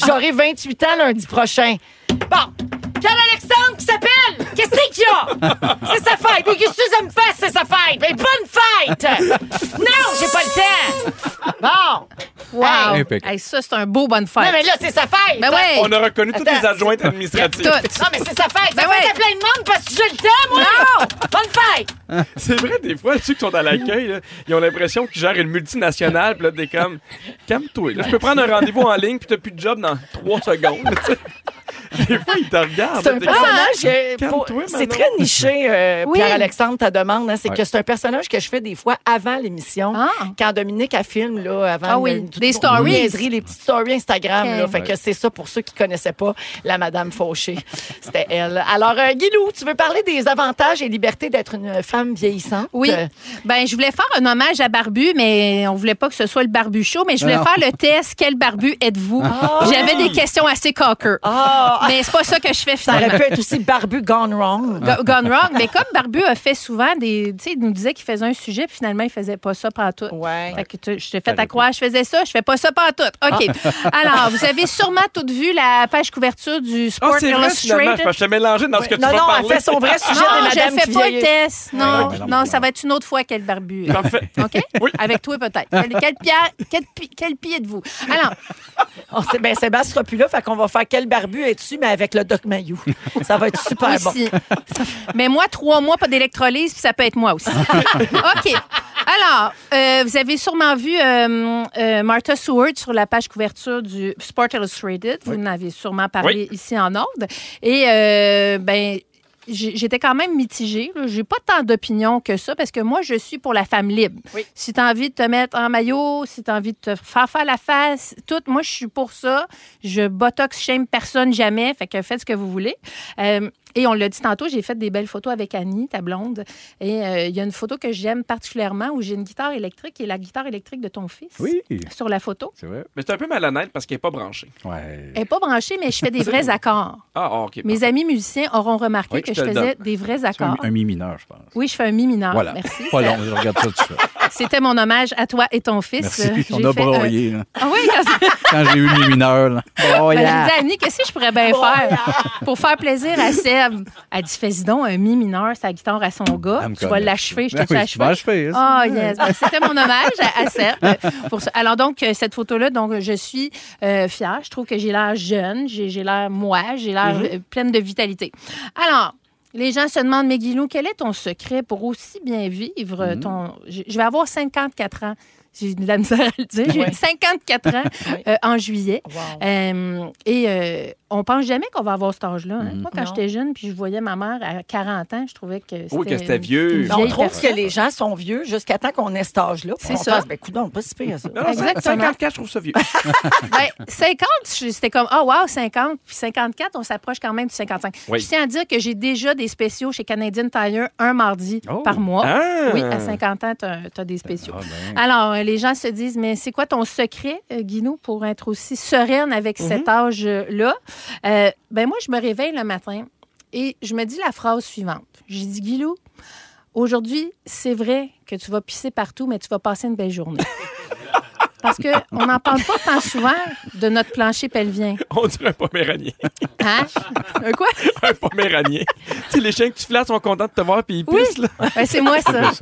B: J'aurai 28 ans lundi prochain. Bon, Pierre-Alexandre qui s'appelle! Qu'est-ce qu'il y a? C'est sa fête! Mais qu'est-ce que ça me fait, c'est sa fête? Mais bonne fête! Non, j'ai pas le temps! Bon!
D: Wow!
C: Impeccable.
D: Hey, ça, c'est un beau bonne fête.
B: Non, mais là, c'est sa fête!
D: Ben ouais.
C: On a reconnu toutes
B: Attends,
C: les adjointes administratives.
D: Toutes.
B: Non, mais c'est sa fête!
D: Ben
B: ça
D: ouais.
B: fait plein de monde parce que j'ai le temps, moi! Non! Bonne fête!
C: C'est vrai, des fois, ceux qui sont à l'accueil, là, ils ont l'impression qu'ils gèrent une multinationale, puis là, t'es comme, calme-toi. là. je peux prendre un rendez-vous en ligne, puis t'as plus de job dans trois secondes. tu sais. des fois, ils te regardent.
B: C'est
C: là,
B: un
C: t'es comme,
B: personnage. euh,
C: Calme-toi,
B: pour-
C: Manon.
B: C'est très niché, euh,
D: Oui.
B: Pierre-Alexandre, ta demande. hein, c'est
E: Ouais.
B: que c'est un personnage que je fais des fois avant l'émission.
D: Ah.
B: Quand Dominique, elle filme, là, avant.
D: Ah oui,
B: tout-
D: des
B: tout-
D: stories.
B: niaiseries, les petites stories Instagram,
D: Ok.
B: là. Fait que c'est ça pour ceux qui connaissaient pas la Madame Fauché. C'était elle. Alors, euh, Guilou, tu veux parler des avantages et libertés d'être une femme vieillissante?
D: Oui.
B: Euh,
D: Ben, je voulais faire un hommage à Barbu, mais on voulait pas que ce soit le Barbu show, mais je voulais
E: Non.
D: faire le test quel Barbu êtes-vous
C: Ah.
D: J'avais des questions assez cocker.
B: Ah!
D: Mais c'est pas ça que je fais
B: Ça
D: finalement.
B: aurait pu être aussi barbu gone wrong.
D: Go- Gone wrong, mais comme Barbu a fait souvent des. Tu sais, il nous disait qu'il faisait un sujet, puis finalement, il faisait pas ça pendant tout.
B: Ouais.
D: Fait que tu- je t'ai fait à croire, je faisais ça, je fais pas ça pas tout. OK. Alors, vous avez sûrement toutes vu la page couverture du
C: Ah. Ah,
D: Sport
C: c'est vrai, finalement,
D: Illustrated.
C: parce que je t'ai mélangé dans ce que tu
B: Non,
C: vas
B: non,
C: parler.
B: elle fait son vrai sujet
D: non,
B: de
D: je
B: Madame
D: fais
B: qui
D: pas le
B: vieillit.
D: test. Non,
E: Ouais, ouais,
D: non,
E: ouais.
D: ça va être une autre fois quel barbu.
C: Parfait.
D: OK?
C: Oui.
D: Avec toi, peut-être. Quel, quel, pierre- quel, pi- quel pied êtes-vous? Alors,
B: On sait, ben, Sébastien sera plus là, fait qu'on va faire quel barbu es-tu, mais avec le Doc Mayou. Ça va être super bon.
D: aussi. Mais moi, trois mois, pas d'électrolyse, puis ça peut être moi aussi. OK. Alors, euh, vous avez sûrement vu euh, euh, Martha Stewart sur la page couverture du Sport Illustrated. Vous en avez sûrement parlé ici en ordre. Et, euh, ben. j'ai- J'étais quand même mitigée. là. J'ai pas tant d'opinion que ça parce que moi, je suis pour la femme libre.
B: Oui.
D: Si tu as envie de te mettre en maillot, si tu as envie de te faire faire la face, tout, moi, je suis pour ça. Je botox shame personne jamais. Fait que faites ce que vous voulez. Euh, et on l'a dit tantôt, j'ai fait des belles photos avec Annie, ta blonde. Et euh, il y a une photo que j'aime particulièrement où j'ai une guitare électrique qui est la guitare électrique de ton fils
E: Oui,
D: sur la photo.
E: c'est vrai.
C: Mais c'est un peu malhonnête parce qu'elle n'est pas branchée.
E: Ouais.
D: Elle n'est pas branchée, mais je fais des vrais accords.
C: Ah, ah, OK.
D: Mes amis musiciens auront remarqué
E: Oui,
D: que
C: je
D: je
C: te le
D: faisais des vrais
E: C'est un,
D: accords.
E: un mi mineur, je pense.
D: Oui, je fais un mi
B: Ah,
D: mineur.
E: voilà.
D: Merci.
E: Pas
D: Ça-
E: long, je regarde ça tout de suite.
D: C'était mon hommage à toi et ton fils. Euh,
E: Merci.
D: j'ai
E: On a
D: fait un-
E: broyé, là.
D: Ah oui, quand
E: Quand j'ai eu le mi mineur, là. Oh,
D: Ben, j'ai dit à Annie, qu'est-ce que je pourrais bien faire pour faire plaisir à Seb? Elle dit, fais-y donc un mi mineur, sa guitare à son gars.
E: Elle me
D: oh, Tu vas
E: connaît.
D: l'achever, je
E: Ah, Ben
D: te
E: oui,
D: fais
E: tu vas achever, ça.
D: Ah, yes. Ben, C'était mon hommage à, à Seb. Pour ça. Alors, donc, euh, cette photo-là, donc, je suis euh, fière. Je trouve que j'ai l'air jeune, j'ai j'ai l'air moi, j'ai l'air
B: Mm-hmm.
D: euh, pleine de vitalité. Alors, les gens se demandent, mais Guilou, quel est ton secret pour aussi bien vivre
B: Mm-hmm.
D: euh, ton. Je je vais avoir 54 ans. J'ai de la misère à le dire. J'ai
B: Ouais.
D: 54 ans
B: Ouais.
D: euh, en juillet.
B: Wow.
D: Euh, et euh, on pense jamais qu'on va avoir cet âge-là. hein. Moi,
B: Mm-hmm.
D: quand
B: Non.
D: j'étais jeune, puis je voyais ma mère à 40 ans, je trouvais que c'était...
C: Oui, que c'était
D: une-
C: vieux.
D: une
B: Non, on
D: vieille
B: trouve
D: personne.
B: que les gens sont vieux jusqu'à temps qu'on ait cet âge-là.
D: C'est
B: C'est ça.
D: ça.
B: Fasse, ben, coudonc, pas si pire, ça.
C: Non, non,
D: Exactement.
C: 54, je trouve ça vieux.
D: Ben, 50, je- c'était comme, ah, wow, 50. Puis 54, on s'approche quand même du 55.
C: Oui.
D: Je tiens à dire que j'ai déjà des spéciaux chez Canadian Tire un mardi
E: Oh.
D: par mois.
C: Ah!
D: Oui, à 50 ans, tu as, des spéciaux.
E: Euh. Ah, ben.
D: Alors, euh, les gens se disent, mais c'est quoi ton secret, euh, Guinou, pour être aussi sereine avec
E: Mhm.
D: cet âge-là? Euh, ben moi, je me réveille le matin et je me dis la phrase suivante. J'ai dit, Guilou, aujourd'hui, c'est vrai que tu vas pisser partout, mais tu vas passer une belle journée. Parce qu'on n'en parle pas tant souvent de notre plancher pelvien.
C: On dirait un poméranier.
D: Hein? Un quoi?
C: un poméranier. tu sais, les chiens que tu flattes sont contents de te voir, puis ils
D: Oui.
C: pissent, là.
D: Ben, c'est moi, ça. moi,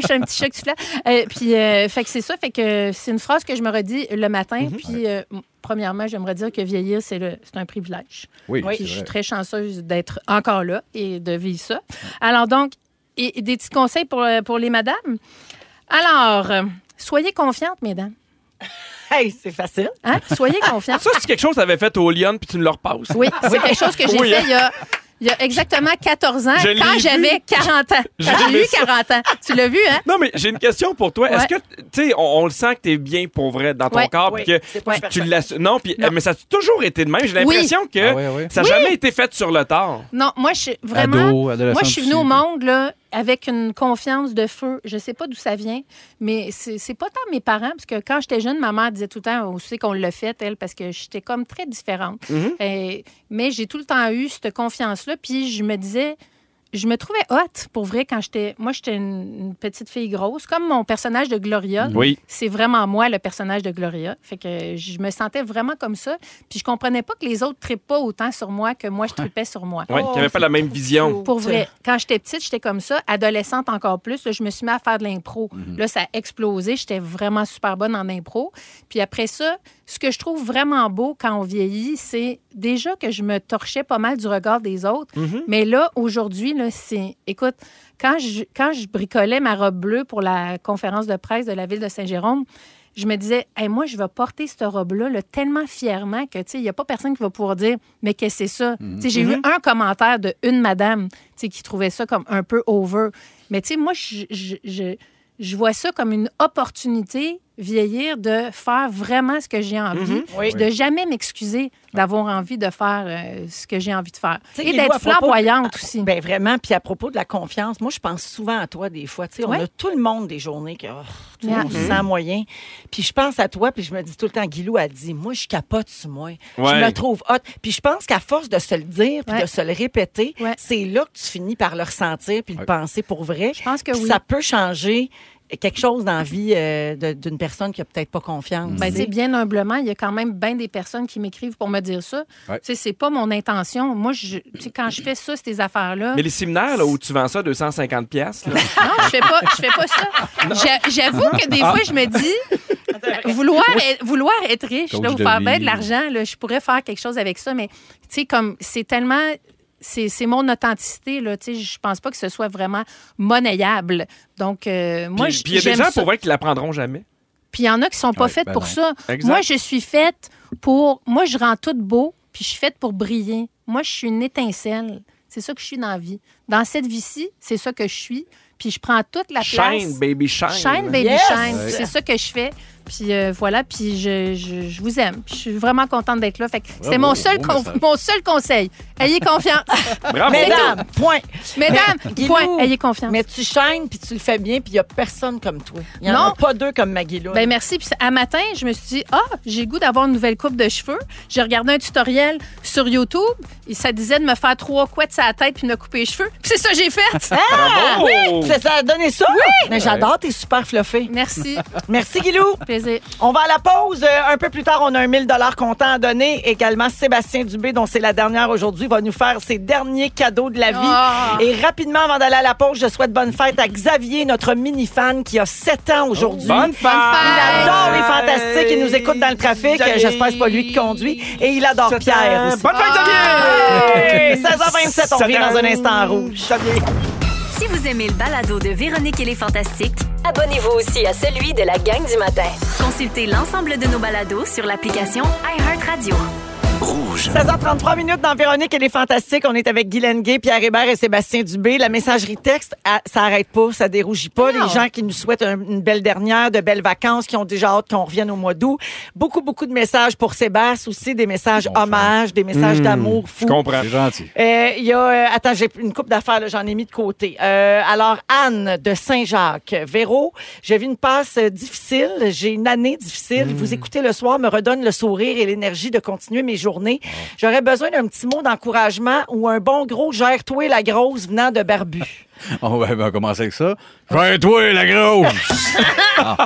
D: je suis un petit chat que tu flattes. Euh, puis, euh, fait que c'est ça. Fait que c'est une phrase que je me redis le matin. Puis, euh, m- premièrement, j'aimerais dire que vieillir, c'est le- c'est un privilège.
E: Oui,
D: Puis,
E: c'est
D: je suis
E: vrai.
D: très chanceuse d'être encore là et de vivre ça. Alors, donc, et, et des petits conseils pour, euh, pour les madames. Alors, euh, soyez confiantes, mesdames.
B: Hey, c'est facile.
D: Hein? Soyez confiantes.
C: Ah, Ça, c'est quelque chose que t'avais fait au Lyon, puis tu ne le repasses.
D: Oui, c'est quelque chose que j'ai
C: Oui,
D: fait
C: hein?
D: il y a. il y a exactement 14 ans,
C: Je l'ai
D: quand
C: vu.
D: j'avais 40 ans.
C: J'ai
D: J'ai
C: aimé
D: eu
C: ça.
D: 40 ans. Tu l'as vu, hein?
C: Non, mais j'ai une question pour toi. Est-ce que, tu sais, on, on le sent que t'es bien pour vrai dans ton
D: Ouais.
C: corps. puis
B: Oui,
C: que
B: c'est pas
C: tu-
B: personnel.
C: tu l'as. Non, puis, euh, mais ça a toujours été de même. J'ai
D: Oui.
C: l'impression que
E: Ah oui, ah oui.
C: ça n'a jamais été fait sur le tard.
D: Non, moi, je suis vraiment.
E: Ado, adolescent,
D: moi, je suis venue au
E: psy.
D: monde là, avec une confiance de feu. Je sais pas d'où ça vient, mais c'est c'est pas tant mes parents, parce que quand j'étais jeune, ma mère disait tout le temps, on sait qu'on l'a fait, elle, parce que j'étais comme très différente. Euh, mais j'ai tout le temps eu cette confiance-là, puis je me disais. Je me trouvais haute, pour vrai, quand j'étais. Moi, j'étais une, une petite fille grosse, comme mon personnage de Gloria.
C: Oui.
D: C'est vraiment moi, le personnage de Gloria. Fait que je me sentais vraiment comme ça. Puis je comprenais pas que les autres trippent pas autant sur moi que moi, je trippais sur moi.
C: Oui,
B: Oh,
C: qui n'avait pas
B: c'est
C: la même
B: trop
C: vision.
B: cute.
D: Pour vrai, quand j'étais petite, j'étais comme ça. Adolescente encore plus, là, je me suis mis à faire de l'impro. Là, ça a explosé. J'étais vraiment super bonne en impro. Puis après ça, ce que je trouve vraiment beau quand on vieillit, c'est déjà que je me torchais pas mal du regard des autres. Mais là, aujourd'hui, là, c'est... Écoute, quand je, quand je bricolais ma robe bleue pour la conférence de presse de la ville de Saint-Jérôme, je me disais, Hey, moi, je vais porter cette robe-là là, tellement fièrement que, tu sais, il n'y a pas personne qui va pouvoir dire, mais qu'est-ce que c'est ça? Tu sais, j'ai eu un commentaire de une madame, tu sais, qui trouvait ça comme un peu over. Mais, tu sais, moi, je, je, je, je vois ça comme une opportunité, vieillir, de faire vraiment ce que j'ai envie,
B: Oui.
D: puis de jamais m'excuser d'avoir envie de faire euh, ce que j'ai envie de faire.
B: Tu sais,
D: Et
B: Guilou,
D: d'être
B: à propos-
D: flamboyante aussi.
B: Ben vraiment. Puis à propos de la confiance, moi, je pense souvent à toi des fois. Tu sais,
D: Ouais.
B: on a tout le monde des journées que oh, tout le
D: Yeah.
B: monde se sent moyen. Puis je pense à toi, puis je me dis tout le temps, Guilou a dit, moi, je capote sur moi.
C: Ouais.
B: Je me trouve hot. Puis je pense qu'à force de se le dire, puis
D: Ouais.
B: de se le répéter,
D: Ouais.
B: c'est là que tu finis par le ressentir, puis le penser pour vrai.
D: Je pense que
B: Puis
D: oui.
B: Ça peut changer quelque chose dans la vie euh, de- d'une personne qui a peut-être pas confiance.
D: Ben,
B: tu
D: tu
B: sais.
D: sais, bien humblement, il y a quand même bien des personnes qui m'écrivent pour me dire ça.
E: Ouais.
D: Tu sais, c'est pas mon intention. Moi, je, tu sais, quand je fais ça, ces affaires-là,
C: Mais les séminaires là, où tu vends ça 250$, piastres,
B: Ben,
C: là,
D: non, je fais pas, je fais pas ça. J'a- J'avoue que
C: Ah.
D: des fois, je me dis, vouloir être, vouloir être riche,
E: Coach
D: là, vous
E: de
D: faire
E: vie.
D: bien de l'argent, là, je pourrais faire quelque chose avec ça, mais tu sais, comme c'est tellement. C'est c'est mon authenticité, là. Tu sais, je pense pas que ce soit vraiment monnayable. Donc, euh, moi,
C: puis
D: je-
C: puis il y a des
D: j'aime
C: gens
D: ça.
C: pour vrai qui l'apprendront jamais.
D: Puis il y en a qui sont pas
E: Ouais,
D: faites
E: ben
D: pour
E: non.
D: ça.
C: Exact.
D: Moi, je suis faite pour. Moi, je rends tout beau, puis je suis faite pour briller. Moi, je suis une étincelle. C'est ça que je suis dans la vie. Dans cette vie-ci, c'est ça que je suis. Puis je prends toute la
C: Shine,
D: place.
C: baby, shine.
D: Shine, baby,
B: Yes!
D: shine.
B: Ouais.
D: C'est ça que je fais. Puis euh, voilà, puis je, je, je vous aime. Puis je suis vraiment contente d'être là. Fait que c'était mon,
E: Bravo,
D: seul
E: beau
D: con-
E: message.
D: mon seul conseil. Ayez confiance.
C: Bravo.
B: Mesdames, point.
D: Mesdames,
B: Guilou,
D: point. Ayez confiance.
B: Mais tu chaînes, puis tu le fais bien, puis il n'y a personne comme toi. Il n'y en
D: Non.
B: a pas deux comme Maguilou.
D: Ben merci. Puis à matin, je me suis dit, ah, j'ai le goût d'avoir une nouvelle coupe de cheveux. J'ai regardé un tutoriel sur YouTube. Et ça disait de me faire trois couettes sur la tête puis de me couper les cheveux. Puis c'est ça que j'ai fait.
C: Bravo.
B: Ça, ça a donné ça? Mais j'adore, t'es super fluffé.
D: merci.
B: Merci, Guilou.
D: Plaisir.
B: On va à la pause. Euh, Un peu plus tard, on a un 1000 comptant à donner. Également, Sébastien Dubé, dont c'est la dernière aujourd'hui, va nous faire ses derniers cadeaux de la vie.
D: Ah.
B: Et rapidement, avant d'aller à la pause, je souhaite bonne fête à Xavier, notre mini-fan qui a 7 ans aujourd'hui.
C: Bonne fête.
B: Il adore les fantastiques. Il nous écoute dans le trafic.
C: Xavier.
B: J'espère que c'est pas lui qui conduit. Et il adore
C: Sept
B: Pierre
C: ans.
B: aussi. Ah.
C: Bonne fête, Xavier!
B: Hey, 16h27, on
C: Sept
B: revient
C: ans.
B: dans un instant en rouge.
A: Si vous aimez le balado de Véronique et les Fantastiques,
G: Abonnez-vous aussi à celui de la gang du matin.
A: consultez l'ensemble de nos balados sur l'application iHeartRadio.
B: 16h33 minutes dans Véronique et les Fantastiques. On est avec Guylaine Gay, Pierre Hébert et Sébastien Dubé. La messagerie texte, ah, ça arrête pas, ça dérougit pas.
D: Non.
B: Les gens qui nous souhaitent un- une belle dernière, de belles vacances, qui ont déjà hâte qu'on revienne au mois d'août. Beaucoup, beaucoup de messages pour Sébastien aussi, des messages
E: Bon,
B: hommages, des messages d'amour
C: Hmm. Je
B: fou.
C: comprends.
E: C'est gentil.
B: Euh, Il y a, euh, attends, j'ai une coupe d'affaires, là, j'en ai mis de côté. Euh, alors, Anne de Saint-Jacques. Véro, j'ai vu une passe euh, difficile, j'ai une année difficile. Vous écoutez le soir, me redonne le sourire et l'énergie de continuer mes journées. J'aurais besoin d'un petit mot d'encouragement ou un bon gros gère-toi la grosse venant de Barbu.
E: Oh, ben, On va, on va commencer avec ça. J'ai toi la grosse! Ah.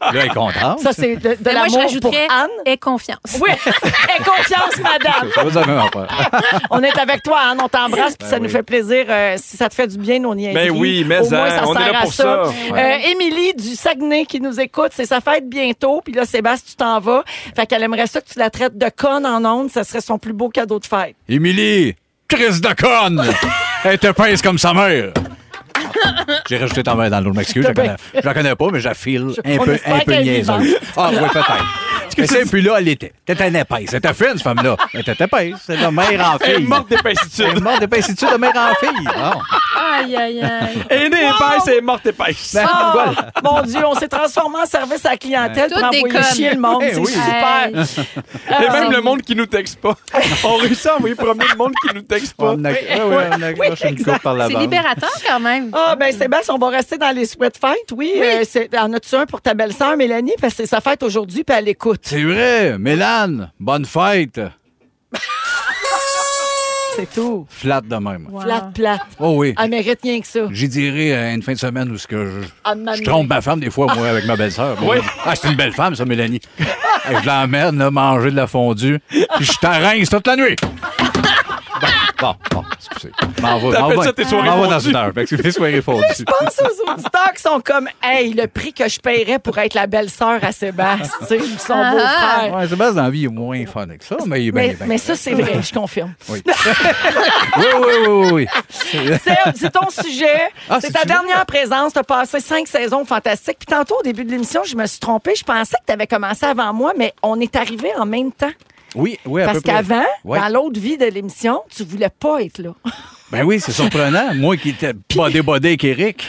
E: Là, elle est contente.
B: Ça, c'est de, de
D: Mais Ben, moi,
B: l'amour
D: je
B: pour
D: rajouterais
B: Anne.
D: aie confiance.
B: Oui, aie confiance, madame.
E: Ça va dire la même affaire.
B: On est avec toi, Anne. On t'embrasse, puis
E: Ben
B: ça nous
E: oui.
B: fait plaisir. euh, si ça te fait du bien, nos niaiseries.
C: Ben oui, mais
B: Au moins,
C: hein,
B: ça
C: on est
B: sert
C: là
B: à
C: pour
B: ça.
C: ça.
B: Euh, Émilie du Saguenay qui nous écoute, c'est sa fête bientôt. Puis là, Sébastien, tu t'en vas. Fait qu'elle aimerait ça que tu la traites de conne en ondes. Ça serait son plus beau cadeau de fête.
E: Émilie, crise de conne! Elle te pèse comme sa mère! J'ai rajouté ta main dans l'eau, je m'excuse. Je la connais, je la connais pas, mais je la file un
B: On
E: peu,
B: espère
E: un peu
B: qu'elle est
E: niaiseuse.
B: vivante.
E: Ah, oui, peut-être. Mais c'est- puis là, elle l'était. T'étais une épaisse. T'étais fine, cette femme-là. Mais t'étais épaisse. C'est de mère en fille.
C: Elle est morte
E: Elle est
C: d'épaissitude.
E: morte d'épaissitude de mère en fille. Ah.
D: Aïe, aïe, aïe.
C: Elle est née épaisse, elle est morte épaisse.
E: Ben,
B: Ah, Ben,
C: Voilà.
B: Mon Dieu, on s'est transformé en service à la clientèle
D: Tout
B: pour envoyer
D: déconne.
B: chier le monde.
E: Eh
B: c'est
E: oui.
B: super. Euh,
D: Aïe.
C: Ben Et
B: ben,
C: même le monde qui nous texte pas. On réussit à envoyer promener le monde qui nous texte pas.
E: On a, ouais, ouais, on a accroché une coupe par la
D: C'est
E: bande.
D: libérateur quand même.
B: bah Ah, ben Sébastien, on va rester dans les sweat fights, oui. Euh, c'est- en as-tu un pour ta belle-sœur, Mélanie? Parce que c'est sa fête aujourd'hui, puis elle écoute.
E: C'est vrai. Mélane, bonne fête.
B: C'est tout.
E: Flat de même.
D: Wow.
B: Plate, plate.
E: Oh oui.
B: Elle mérite rien que ça.
E: J'y dirais euh, une fin de semaine où ce que je,
B: Ah, maman.
E: je trompe ma femme des fois, moi, avec ma belle-sœur.
C: Oui.
E: Ah, c'est une belle femme, ça, Mélanie. Et je l'emmène là, manger de la fondue, puis je t'arrince toute la nuit. Bon, bon, bon, excusez. M'en va, m'en
C: T'appelles
E: va-
C: ça tes soirées
E: m'en va dans
C: fondues?
E: une heure. Excusez, soirées fondues.
B: Je pense aux auditeurs qui sont comme, hey, le prix que je paierais pour être la belle-sœur à Sébastien, tu sais, ou son
D: Ah,
B: beau-frère.
E: Ouais, Sébastien, dans la vie, il est moins fun que ça, mais il est bien. il
B: Mais,
E: est bien.
B: mais ça, c'est vrai, je confirme.
E: Oui. oui, oui, oui, oui, oui.
B: C'est c'est ton sujet.
E: Ah,
B: c'est
E: c'est
B: ta
E: celui-là.
B: dernière présence. Tu as passé cinq saisons fantastiques. Puis tantôt, au début de l'émission, je me suis trompée. Je pensais que tu avais commencé avant moi, mais on est arrivé en même temps.
E: Oui, oui, à
B: Parce
E: peu près.
B: qu'avant,
E: Ouais.
B: dans l'autre vie de l'émission, tu voulais pas être là.
E: Ben oui, c'est surprenant. Moi qui étais bodé-bodé avec Eric.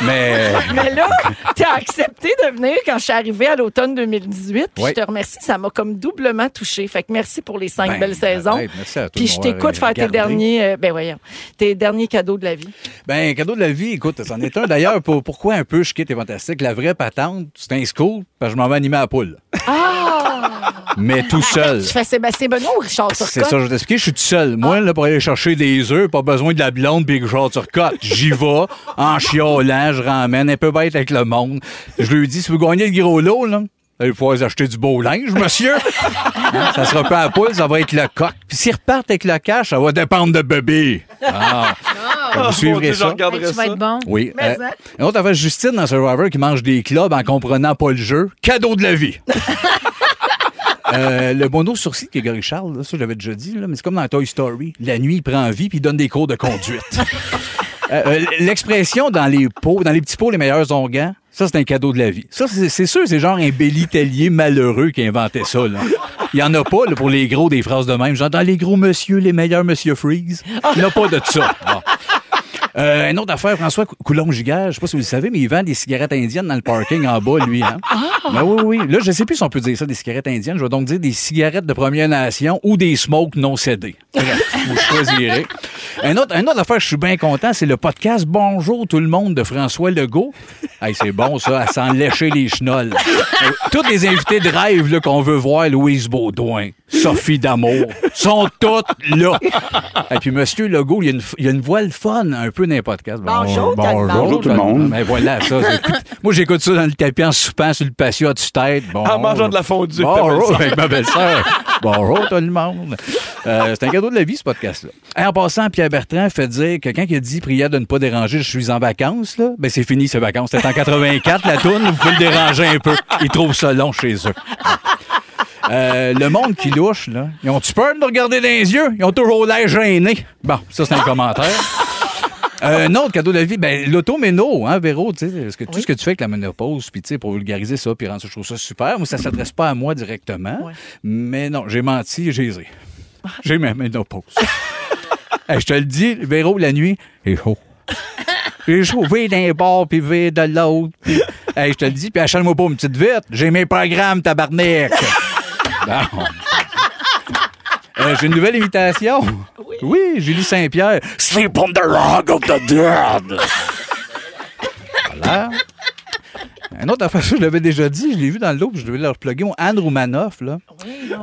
E: Mais.
B: Mais là, tu as accepté de venir quand je suis arrivée à l'automne 2018. Puis
E: Ouais.
B: je te remercie, ça m'a comme doublement touchée. Fait que merci pour les cinq
E: Ben,
B: belles saisons.
E: arrête, merci à toi
B: Puis
E: de
B: je
E: m'avoir,
B: t'écoute
E: euh,
B: faire tes
E: gardé.
B: derniers, euh, ben voyons, tes derniers cadeaux de la vie.
E: Ben, cadeau de la vie, écoute, c'en est un. D'ailleurs, pour- pourquoi un peu je quitte et fantastique? La vraie patente, c'est un scoop, parce que je m'en vais animer à la poule. Mais tout seul.
B: Ah! Tu fais Sébastien Benoît ou Richard
E: Euh, C'est
B: Turcotte? Ah.
E: ça, je vais t'expliquer, je suis tout seul. Moi, là, pour aller chercher des œufs, pas besoin de la blonde puis que genre turcotte. J'y vais, en chiolant, je ramène, un peu bête avec le monde. Je lui dis, si vous gagnez le gros lot, là, il faut acheter du beau linge, monsieur. Hein, ça sera pas à poule, ça va être le coq. Puis s'ils repartent avec le cash, ça va dépendre de bébé. Ah. Vous
C: Oh, Mon
E: suivrez
C: Dieu, je
E: ça.
D: Hey,
B: Ben,
C: regarderai
D: Ben, tu vas
C: ça.
D: être bon.
E: Oui.
B: Mais
E: euh, une autre affaire, Justine dans Survivor qui mange des clubs en comprenant pas le jeu. Cadeau de la vie. Euh, le bono sourcil qui est Gary Charles, là, ça j'avais déjà dit, là, mais c'est comme dans Toy Story. La nuit, il prend vie puis il donne des cours de conduite. Euh, euh, L'expression dans les pots, dans les petits pots, les meilleurs onguents, ça c'est un cadeau de la vie. Ça, c'est c'est sûr, c'est genre un bélitallier malheureux qui inventait ça. Là. Il n'y en a pas là, pour les gros des phrases de même. Genre dans les gros monsieur, les meilleurs monsieur Freeze. Il n'y en a pas de ça. Bon. Euh, une autre affaire, François Cou- Coulon-Gigard, je sais pas si vous le savez, mais il vend des cigarettes indiennes dans le parking en bas, lui. Hein? Ben oui, oui, oui. Là, je sais plus si on peut dire ça, des cigarettes indiennes. Je vais donc dire des cigarettes de Première Nation ou des smokes non cédés. Bref, vous choisirez. Un autre, un autre affaire, je suis bien content, c'est le podcast Bonjour tout le monde de François Legault. Hey, c'est bon, ça, à s'en lécher les chenolles. Euh, Tous les invités de rêve là, qu'on veut voir, Louise Baudouin, Sophie D'Amour, sont toutes là. Et puis, Monsieur Legault, il y a une, f- il y a une voix le fun un peu dans les podcasts.
B: Bonjour, Calmar.
H: Bonjour tout le monde.
E: Ben voilà, ça. j'écoute- Moi, j'écoute ça dans le tapis en soupant sur le patio à tue-tête. Bon,
C: En mangeant de la fondue.
E: Bonjour avec ma belle-sœur. Bonjour tout le monde. Euh, c'est un cadeau de la vie, ce podcast-là. Hey, en passant, Pierre Bertrand fait dire que quand il a dit prière de ne pas déranger, je suis en vacances, là, ben c'est fini ces vacances. C'était en 84, la tourne, vous pouvez le déranger un peu. Ils trouvent ça long chez eux. Euh, le monde qui louche, là, ils ont-tu peur de me regarder dans les yeux? Ils ont toujours l'air gênés. Bon, ça, c'est un commentaire. Euh, un autre cadeau de la vie, ben, l'automéno, hein, Véro, tu sais, parce que tout ce que tu fais avec la ménopause, puis tu sais, pour vulgariser ça, puis rendre ça, je trouve ça super. Moi, ça s'adresse pas à moi directement, mais non, j'ai menti, j'ai zé. J'ai ma ménopause. Hey, je te le dis, Véro, la nuit, est chaud. J'ai chaud, vire d'un bord, puis vire de l'autre. puis- Hey, je te le dis, puis achète-moi pas une petite vite. J'ai mes programmes, tabarnak. Bon. Euh, j'ai une nouvelle imitation. Oui, Julie Saint-Pierre. Sleep on the rug of the dead. voilà. Un autre affaire, je l'avais déjà dit, je l'ai vu dans le lot, puis je devais leur plugger. Anne Roumanoff, là.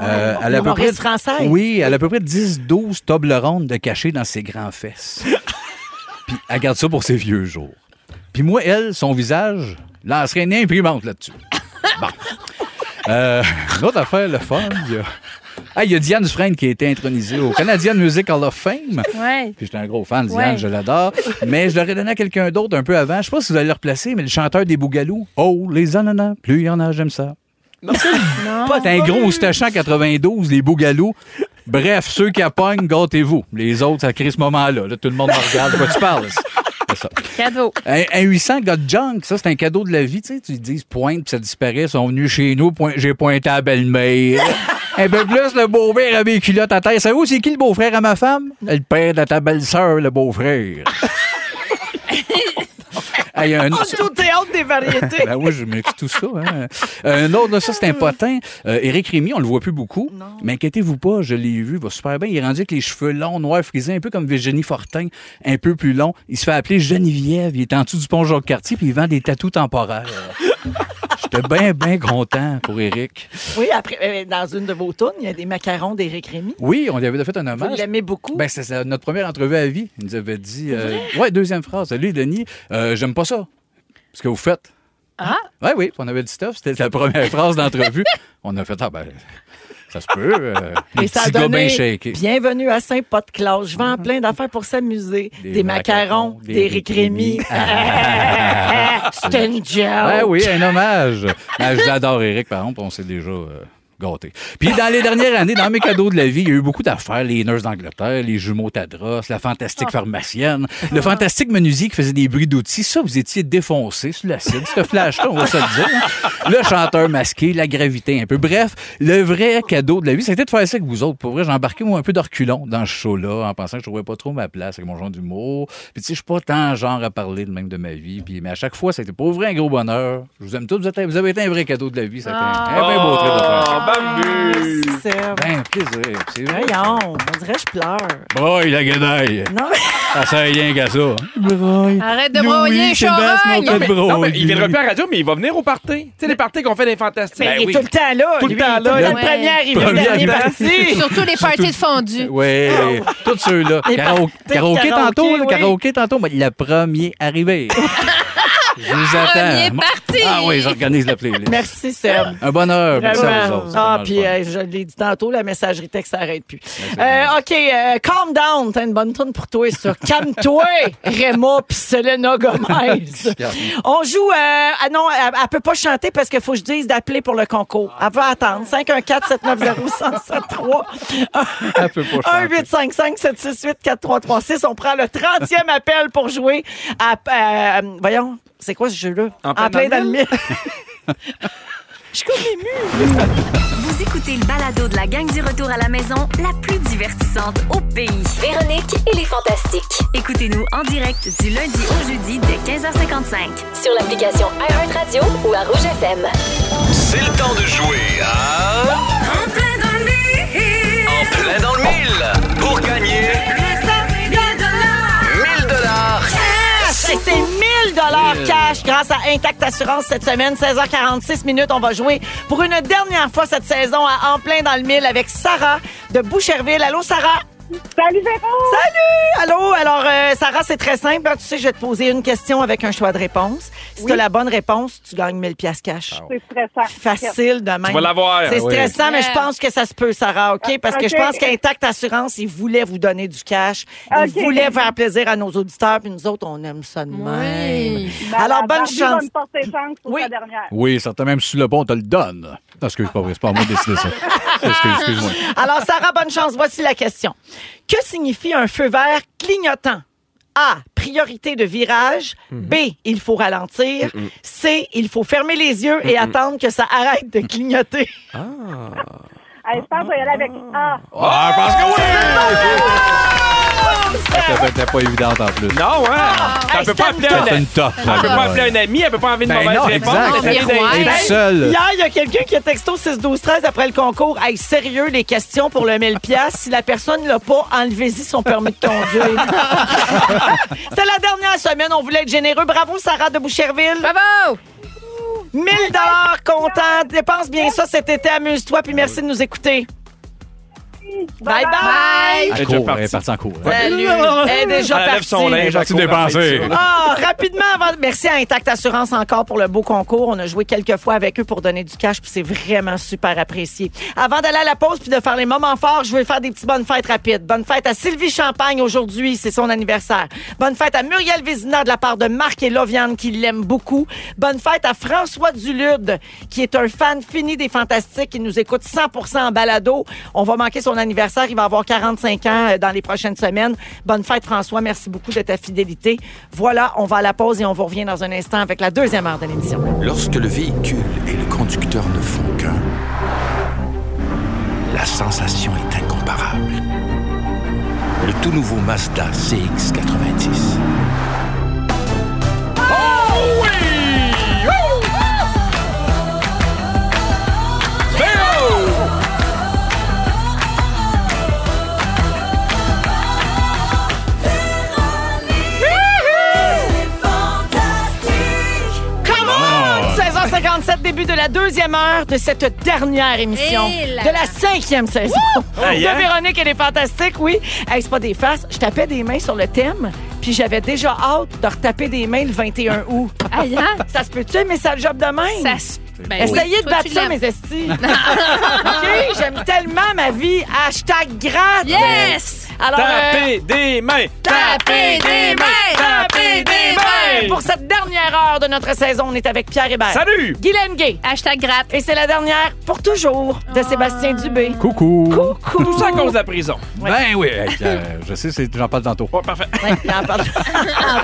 E: Euh, elle a à peu près-
B: Humoriste française.
E: Oui, elle a à peu près 10-12 tables rondes de cachées dans ses grands fesses. Puis elle garde ça pour ses vieux jours. Puis moi, elle, son visage, lancerait une imprimante là-dessus. Bon. Euh, une autre affaire, le fun, il y a... Ah, il y a Diane Dufresne qui a été intronisée au Canadian Music Hall of Fame.
D: Ouais.
E: Puis j'étais un gros fan de
D: Ouais.
E: Diane, je l'adore. Mais je l'aurais donné à quelqu'un d'autre un peu avant. Je sais pas si vous allez le replacer, mais le chanteur des Bougalous. Oh, les ananas, plus il y en a, j'aime ça.
D: Non.
E: T'as un gros station en 92, les Bougalous. Bref, ceux qui appognent, gâtez-vous. Les autres, ça crée ce moment-là. Là, tout le monde me regarde. De quoi tu parles? c'était ça.
D: Cadeau.
E: Un, un 800 got junk, ça, c'est un cadeau de la vie. Tu sais, tu dis pointe, puis ça disparaît. Ils sont venus chez nous, point- j'ai pointé à la belle-mère. un peu plus, le beau-père avait les culottes à terre. C'est où, c'est qui le beau-frère à ma femme? Le père de ta belle-sœur, le beau-frère. Hey, un-
B: Oh, tout théâtre des variétés.
E: ben oui, je mixe tout ça. hein. Euh, un autre, ça, c'est un potin. Euh, Éric Rémy, on le voit plus beaucoup. Mais inquiétez-vous pas, je l'ai vu, il va super bien. Il est rendu avec les cheveux longs, noirs, frisés, un peu comme Virginie Fortin, un peu plus long. Il se fait appeler Geneviève. Il est en dessous du pont Jacques-Cartier, puis il vend des tatous temporaires. J'étais bien, bien content pour Éric.
B: Oui, après, euh, dans une de vos tunes, il y a des macarons d'Éric Rémy.
E: Oui, on lui avait fait un
B: Vous
E: hommage.
B: l'aimez beaucoup.
E: Ben, c'est ça, notre première entrevue à vie. Il nous avait dit. euh, ouais, deuxième phrase. Salut, Denis. Euh, J'aime pas ça. Ce que vous faites.
D: Ah.
E: Oui, oui. puis On avait dit stuff. C'était la première phrase d'entrevue. on a fait. Ah, ben, ça se peut. euh,
B: Et
E: les
B: ça a
E: petits gars bien
B: donné
E: shakés.
B: Bienvenue à Saint-Pas-de-Classe. Je vends plein d'affaires pour s'amuser. Des, macarons, d'Éric Rémy. C'était une joke.
E: Ben oui, un hommage. Ben, je l'adore, Eric, par exemple, on s'est déjà euh, gâtés. Puis dans les dernières années, dans mes cadeaux de la vie, il y a eu beaucoup d'affaires. Les nurses d'Angleterre, les jumeaux Tadros, la fantastique pharmacienne, le fantastique menuisier qui faisait des bruits d'outils. Ça, vous étiez défoncé sur la scène. C'était flash-là, on va se le dire. hein. Le chanteur masqué, la gravité un peu. Bref, le vrai cadeau de la vie, c'était de faire ça avec vous autres. Pour vrai, j'ai embarqué, moi, un peu d'orculon dans ce show-là, en pensant que je trouvais pas trop ma place avec mon genre d'humour. Puis, tu sais, je suis pas tant genre à parler de même de ma vie. Puis, mais à chaque fois, c'était pour vrai un gros bonheur. Je vous aime tous. Vous, êtes- vous avez été un vrai cadeau de la vie. Ça a été un- un, bien beau trip de faire.
B: Ah,
C: bambu!
B: Serge.
E: Ben, plaisir. C'est vrai.
B: Voyons, on dirait que je pleure.
E: Boy, la guedaille.
B: Non, mais
E: Ça sert à rien qu'à ça. Broye.
D: Arrête de broyer, Charogne!
C: Non, mais- non, mais il viendra plus à la radio, mais il va venir au party. Tu sais, les parties qu'on fait des fantastiques.
B: il est tout le temps là.
C: Ben Tout le
B: lui,
C: temps
B: il est
C: là.
B: dans le
D: Ouais.
B: premier arrivé,
E: Premier
B: dernier
E: arrivé.
B: parti.
D: Surtout les parties de fondue.
E: Oui, tous ceux-là.
B: Les
E: Karaoke,
B: parties,
E: karaoké tantôt,
B: karaoké,
E: là,
B: oui.
E: karaoké tantôt. Mais le premier arrivé. Je vous
D: Premier
E: attends.
D: parti!
E: Ah oui, j'organise la playlist.
B: Merci, Seb.
E: Un bonheur. Merci à vous
B: Vraiment.
E: autres. C'est
B: Ah,
E: vraiment
B: puis
E: le fun.
B: euh, je l'ai dit tantôt, la messagerie texte s'arrête plus.
E: c'est
B: Euh, OK, euh, calm down. T'as une bonne tourne pour toi, ça. Calme-toi, Réma puis Selena Gomez. On joue... euh, ah non, elle, elle peut pas chanter parce qu'il faut que je dise d'appeler pour le concours. Elle va attendre. 514-790-1073.
E: Elle peut pas chanter.
B: 1-855-768-4336. On prend le 30e appel pour jouer à... euh, voyons, c'est quoi ce jeu-là?
C: En plein dans le
B: mille. Je suis comme émue.
A: Vous écoutez le balado de la gang du retour à la maison, la plus divertissante au pays.
G: Véronique et les Fantastiques.
A: Écoutez-nous en direct du lundi au jeudi dès 15h55.
G: Sur l'application iHeartRadio ou à Rouge FM.
F: C'est le temps de jouer à...
A: En plein dans le
F: En plein dans le mille pour gagner 1000 dollars.
B: Hey, C'est 1000 dollars cash grâce à Intact Assurance cette semaine. 16h46 minutes, on va jouer pour une dernière fois cette saison à En plein dans le mille avec Sarah de Boucherville. Allô, Sarah?
J: Salut Véro!
B: Salut! Allô? Alors, euh, Sarah, c'est très simple. Tu sais, je vais te poser une question avec un choix de réponse. Si tu as la bonne réponse, tu gagnes 1000 pièces cash.
J: C'est stressant.
B: Facile de même.
C: Tu vas l'avoir. Ah
B: C'est
E: oui.
B: stressant, mais je
D: Yeah.
B: pense que ça se peut, Sarah, OK? Parce que je
J: OK.
B: pense qu'Intact Assurance, ils voulaient vous donner du cash. Ils
J: OK.
B: voulaient faire plaisir à nos auditeurs, puis nous autres, on aime ça de même.
D: Oui.
J: Ben,
B: Alors,
J: la
B: bonne
J: Barbie va
B: chance.
J: me porter chance pour
B: Oui.
J: sa dernière.
E: Oui, certains même sur le pont, on te le donne. Non, excuse pas, vrai, c'est pas à moi de décider ça. Excuse- Excuse-moi.
B: Alors, Sarah, bonne chance. Voici la question. Que signifie un feu vert clignotant? A. Priorité de virage. B. Il faut ralentir. C. Il faut fermer les yeux et attendre que ça arrête de clignoter.
J: Allez, je pense que je vais y aller avec A.
E: Ah, parce que
B: Ah!
E: oui! Ça n'était pas évidente en plus.
C: Non, hein?
B: Ah,
C: Elle peut pas appeler un
E: C'était une
C: ami.
E: toffe,
C: Elle peut pas
E: là.
C: appeler un ami, elle peut pas enlever une
E: Ah, Ben
C: mauvaise
E: non,
C: réponse.
E: exact.
C: Elle est
D: Miroir.
C: allée dans-
E: T'es
B: Hey,
E: seul.
B: Hier, il y a quelqu'un qui a texto 6 12 13 après le concours. Hey, sérieux, les questions pour le 1000 pièces. Si la personne l'a pas, enlevez-y son permis de conduire. C'était la dernière semaine, on voulait être généreux. Bravo Sarah de Boucherville.
D: Bravo!
B: 1000 dollars comptant. Dépense bien ça cet été. Amuse-toi puis merci de nous écouter. Bye bye.
E: Elle
C: Elle est
E: est
C: déjà
E: court, elle est
C: partie.
E: partie en cours. hein.
B: Salut. Elle est déjà
C: Elle lève
B: partie.
C: son linge. à
E: Parti
C: cause de la
E: dépenser.
C: fête.
B: Ah, rapidement, avant... merci à Intact Assurance encore pour le beau concours. On a joué quelques fois avec eux pour donner du cash, puis c'est vraiment super apprécié. Avant d'aller à la pause puis de faire les moments forts, je vais faire des petits bonnes fêtes rapides. Bonne fête à Sylvie Champagne aujourd'hui, c'est son anniversaire. Bonne fête à Muriel Vézina de la part de Marc et Loviane qui l'aiment beaucoup. Bonne fête à François Dulude qui est un fan fini des Fantastiques qui nous écoute 100% en balado. On va manquer son anniversaire anniversaire. Il va avoir 45 ans euh, dans les prochaines semaines. Bonne fête, François. Merci beaucoup de ta fidélité. Voilà, on va à la pause et on vous revient dans un instant avec la deuxième heure de l'émission.
K: Lorsque le véhicule et le conducteur ne font qu'un, la sensation est incomparable. Le tout nouveau Mazda CX90.
B: Comment 16h57, début de la deuxième heure de cette dernière émission
D: Et Eh là
B: de la cinquième saison
C: Aïe, hein?
B: de Véronique elle est fantastique, oui. Hey, c'est pas des faces. Je tapais des mains sur le thème, puis j'avais déjà hâte de retaper des mains le 21 août.
D: Aïe, hein?
B: Ça se peut-tu, mais ça le job de même?
D: Ça se... ben oui.
B: Essayez de
D: Toi,
B: battre
D: tu
B: ça,
D: l'aimes.
B: mes estis. OK? J'aime tellement ma vie. Hashtag gratte.
D: Yes!
B: Alors, euh,
C: Tapez des mains!
D: Tapez des mains!
C: Tapez des mains!
B: pour cette dernière heure de notre saison, on est avec Pierre Hébert.
C: Salut!
B: Guylaine Gay.
D: Hashtag gratte.
B: Et c'est la dernière pour toujours de Sébastien Dubé.
E: Coucou.
B: Coucou.
C: Tout ça à cause de la prison.
E: Ben oui, hey, euh, je sais, c'est- j'en parle tantôt.
C: Ouais, parfait.
B: Ouais, il en parle.